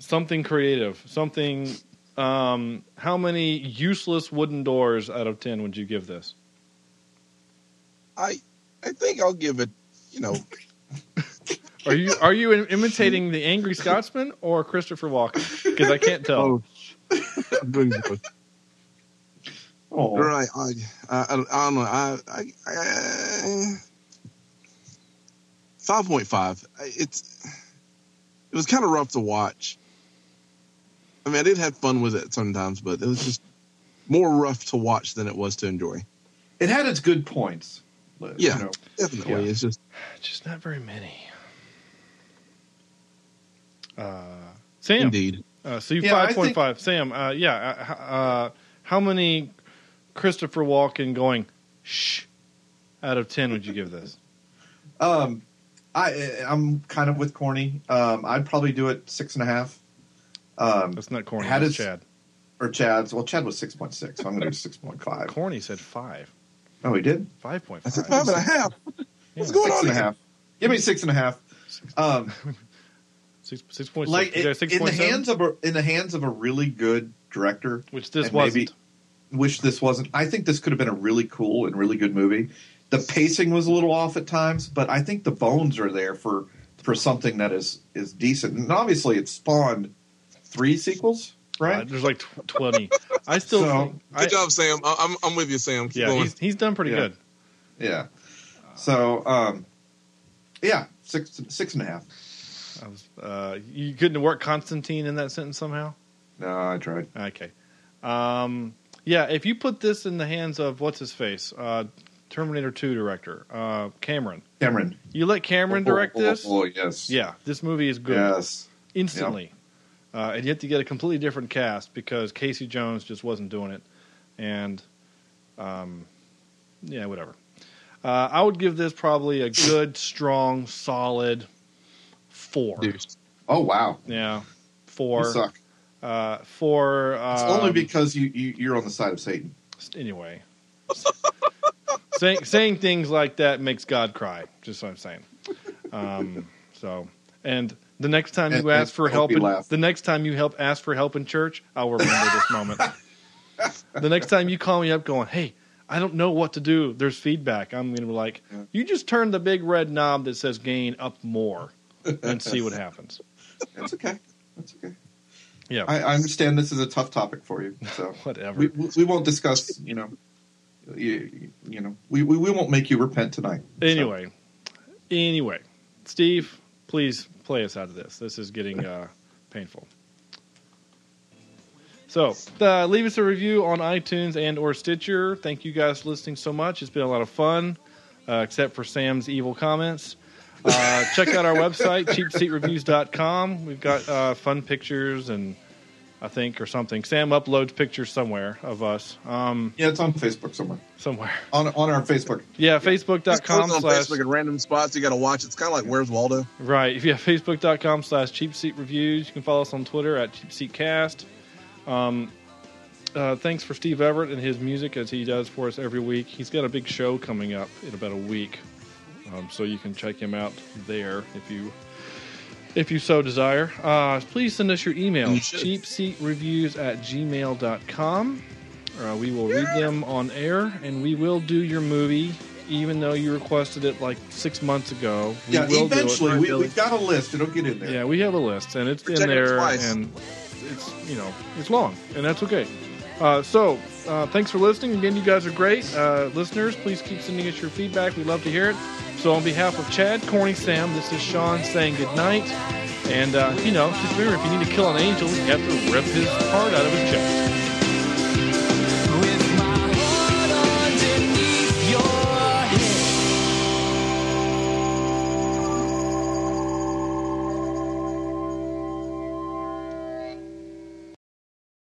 Speaker 1: Something creative. Something. Um, how many useless wooden doors out of ten would you give this?
Speaker 8: I I think I'll give it. You know,
Speaker 1: Are you are you im- imitating the angry Scotsman or Christopher Walken? Because I can't tell.
Speaker 8: Oh. I'm doing both.
Speaker 5: Oh.
Speaker 8: Right. I, I, I don't know. I, I, I, five point five. It's it was kind of rough to watch. I mean, I did have fun with it sometimes, but it was just more rough to watch than it was to enjoy.
Speaker 5: It had its good points. but,
Speaker 8: Yeah,
Speaker 5: you know,
Speaker 8: definitely.
Speaker 1: Yeah.
Speaker 8: It's just
Speaker 1: Just not very many. Uh, Sam,
Speaker 8: indeed.
Speaker 1: Uh, so you
Speaker 5: Yeah, I
Speaker 1: five point five. Sam, uh, yeah. Uh, h- uh, how many Christopher Walken going shh out of ten would you give this?
Speaker 5: Um, I I'm kind of with corny. Um, I'd probably do it six and a half. Um,
Speaker 1: That's not corny.
Speaker 5: Had
Speaker 1: that's
Speaker 5: his-
Speaker 1: Chad.
Speaker 5: Or Chad's. Well, Chad was six point six. So I'm going to do six point five.
Speaker 1: Corny said five.
Speaker 5: Oh, he did.
Speaker 1: Five point
Speaker 5: I
Speaker 1: five.
Speaker 5: said five and a half.
Speaker 1: What's
Speaker 5: going on? Six and a half. Give me six and a half. Um,
Speaker 1: Six six point six.
Speaker 5: like
Speaker 1: Is there
Speaker 5: it- in the
Speaker 1: 6.7?
Speaker 5: hands of a in the hands of a really good director,
Speaker 1: which this wasn't.
Speaker 5: Wish this wasn't. I think this could have been a really cool and really good movie. The pacing was a little off at times, but I think the bones are there for for something that is is decent. And obviously, it spawned three sequels, right?
Speaker 1: Uh, there's like tw- twenty. I still.
Speaker 5: So-
Speaker 1: I,
Speaker 8: Good job, Sam. I, I'm I'm with you, Sam. Keep
Speaker 1: yeah,
Speaker 8: going.
Speaker 1: he's, he's done pretty
Speaker 5: Yeah.
Speaker 1: good.
Speaker 5: Yeah. So, um, yeah, six six and a half.
Speaker 1: I was, uh, you couldn't work Constantine in that sentence somehow.
Speaker 5: No, I tried.
Speaker 1: Okay. Um, yeah, if you put this in the hands of what's his face, uh, Terminator Two director uh, Cameron.
Speaker 5: Cameron.
Speaker 1: You let Cameron direct
Speaker 5: Oh, oh,
Speaker 1: this?
Speaker 5: Oh, yes.
Speaker 1: Yeah, this movie is good.
Speaker 5: Yes.
Speaker 1: instantly. Uh, and you have to get a completely different cast because Casey Jones just wasn't doing it. And, um, yeah, whatever. Uh, I would give this probably a good, strong, solid four.
Speaker 5: Oh wow.
Speaker 1: Yeah, four.
Speaker 5: You suck.
Speaker 1: Uh, four. Um,
Speaker 5: It's only because you, you you're on the side of Satan.
Speaker 1: anyway. saying saying things like that makes God cry. Just what I'm saying. Um, so, and the next time
Speaker 5: And-
Speaker 1: you ask
Speaker 5: and
Speaker 1: for
Speaker 5: hope
Speaker 1: help,
Speaker 5: you
Speaker 1: in,
Speaker 5: laugh.
Speaker 1: the next time you help ask for help in church, I'll remember this moment. The next time you call me up, going, "Hey, I don't know what to do. There's feedback." I'm gonna be like, "You just turn the big red knob that says gain up more, and see what happens."
Speaker 5: That's okay. That's okay.
Speaker 1: Yeah,
Speaker 5: I, I understand this is a tough topic for you. So
Speaker 1: whatever.
Speaker 5: We, we we won't discuss. You know. You, you know. We, we we won't make you repent tonight.
Speaker 1: Anyway, anyway, Steve, please play us out of this. This is getting uh, painful. So, uh, leave us a review on iTunes and or Stitcher. Thank you guys for listening so much. It's been a lot of fun, uh, except for Sam's evil comments. Uh, check out our website, cheapseatreviews.com. We've got uh, fun pictures and I think or something. Sam uploads pictures somewhere of us. Um,
Speaker 5: yeah, it's on Facebook somewhere.
Speaker 1: Somewhere.
Speaker 5: On on our Facebook.
Speaker 1: Yeah,
Speaker 8: Just post
Speaker 1: facebook.com
Speaker 8: it on
Speaker 1: slash
Speaker 8: Facebook in random spots. You got to watch. It's kind of like Where's Waldo?
Speaker 1: Right. If you have facebook.com slash cheap seat reviews, you can follow us on Twitter at cheap seat cast. Um, uh, thanks for Steve Everett and his music as he does for us every week. He's got a big show coming up in about a week. Um, so you can check him out there if you if you so desire. Uh, please send us your email,
Speaker 8: You should.
Speaker 1: cheapseatreviews at gmail.com. Uh, we will read them on air, and we will do your movie, even though you requested it like six months ago. We
Speaker 5: yeah.
Speaker 1: will do it.
Speaker 5: Eventually, we, we've got a list. It'll get in there.
Speaker 1: Yeah, we have a list, and it's in
Speaker 5: Protect it
Speaker 1: there,
Speaker 5: twice.
Speaker 1: and it's you know it's long, and that's okay. Uh, so, uh, thanks for listening. Again, you guys are great uh, listeners. Please keep sending us your feedback. We love to hear it. So, on behalf of Chad, Corny, Sam, this is Sean saying good night. And uh, you know, just remember, if you need to kill an angel, you have to rip his heart out of his chest.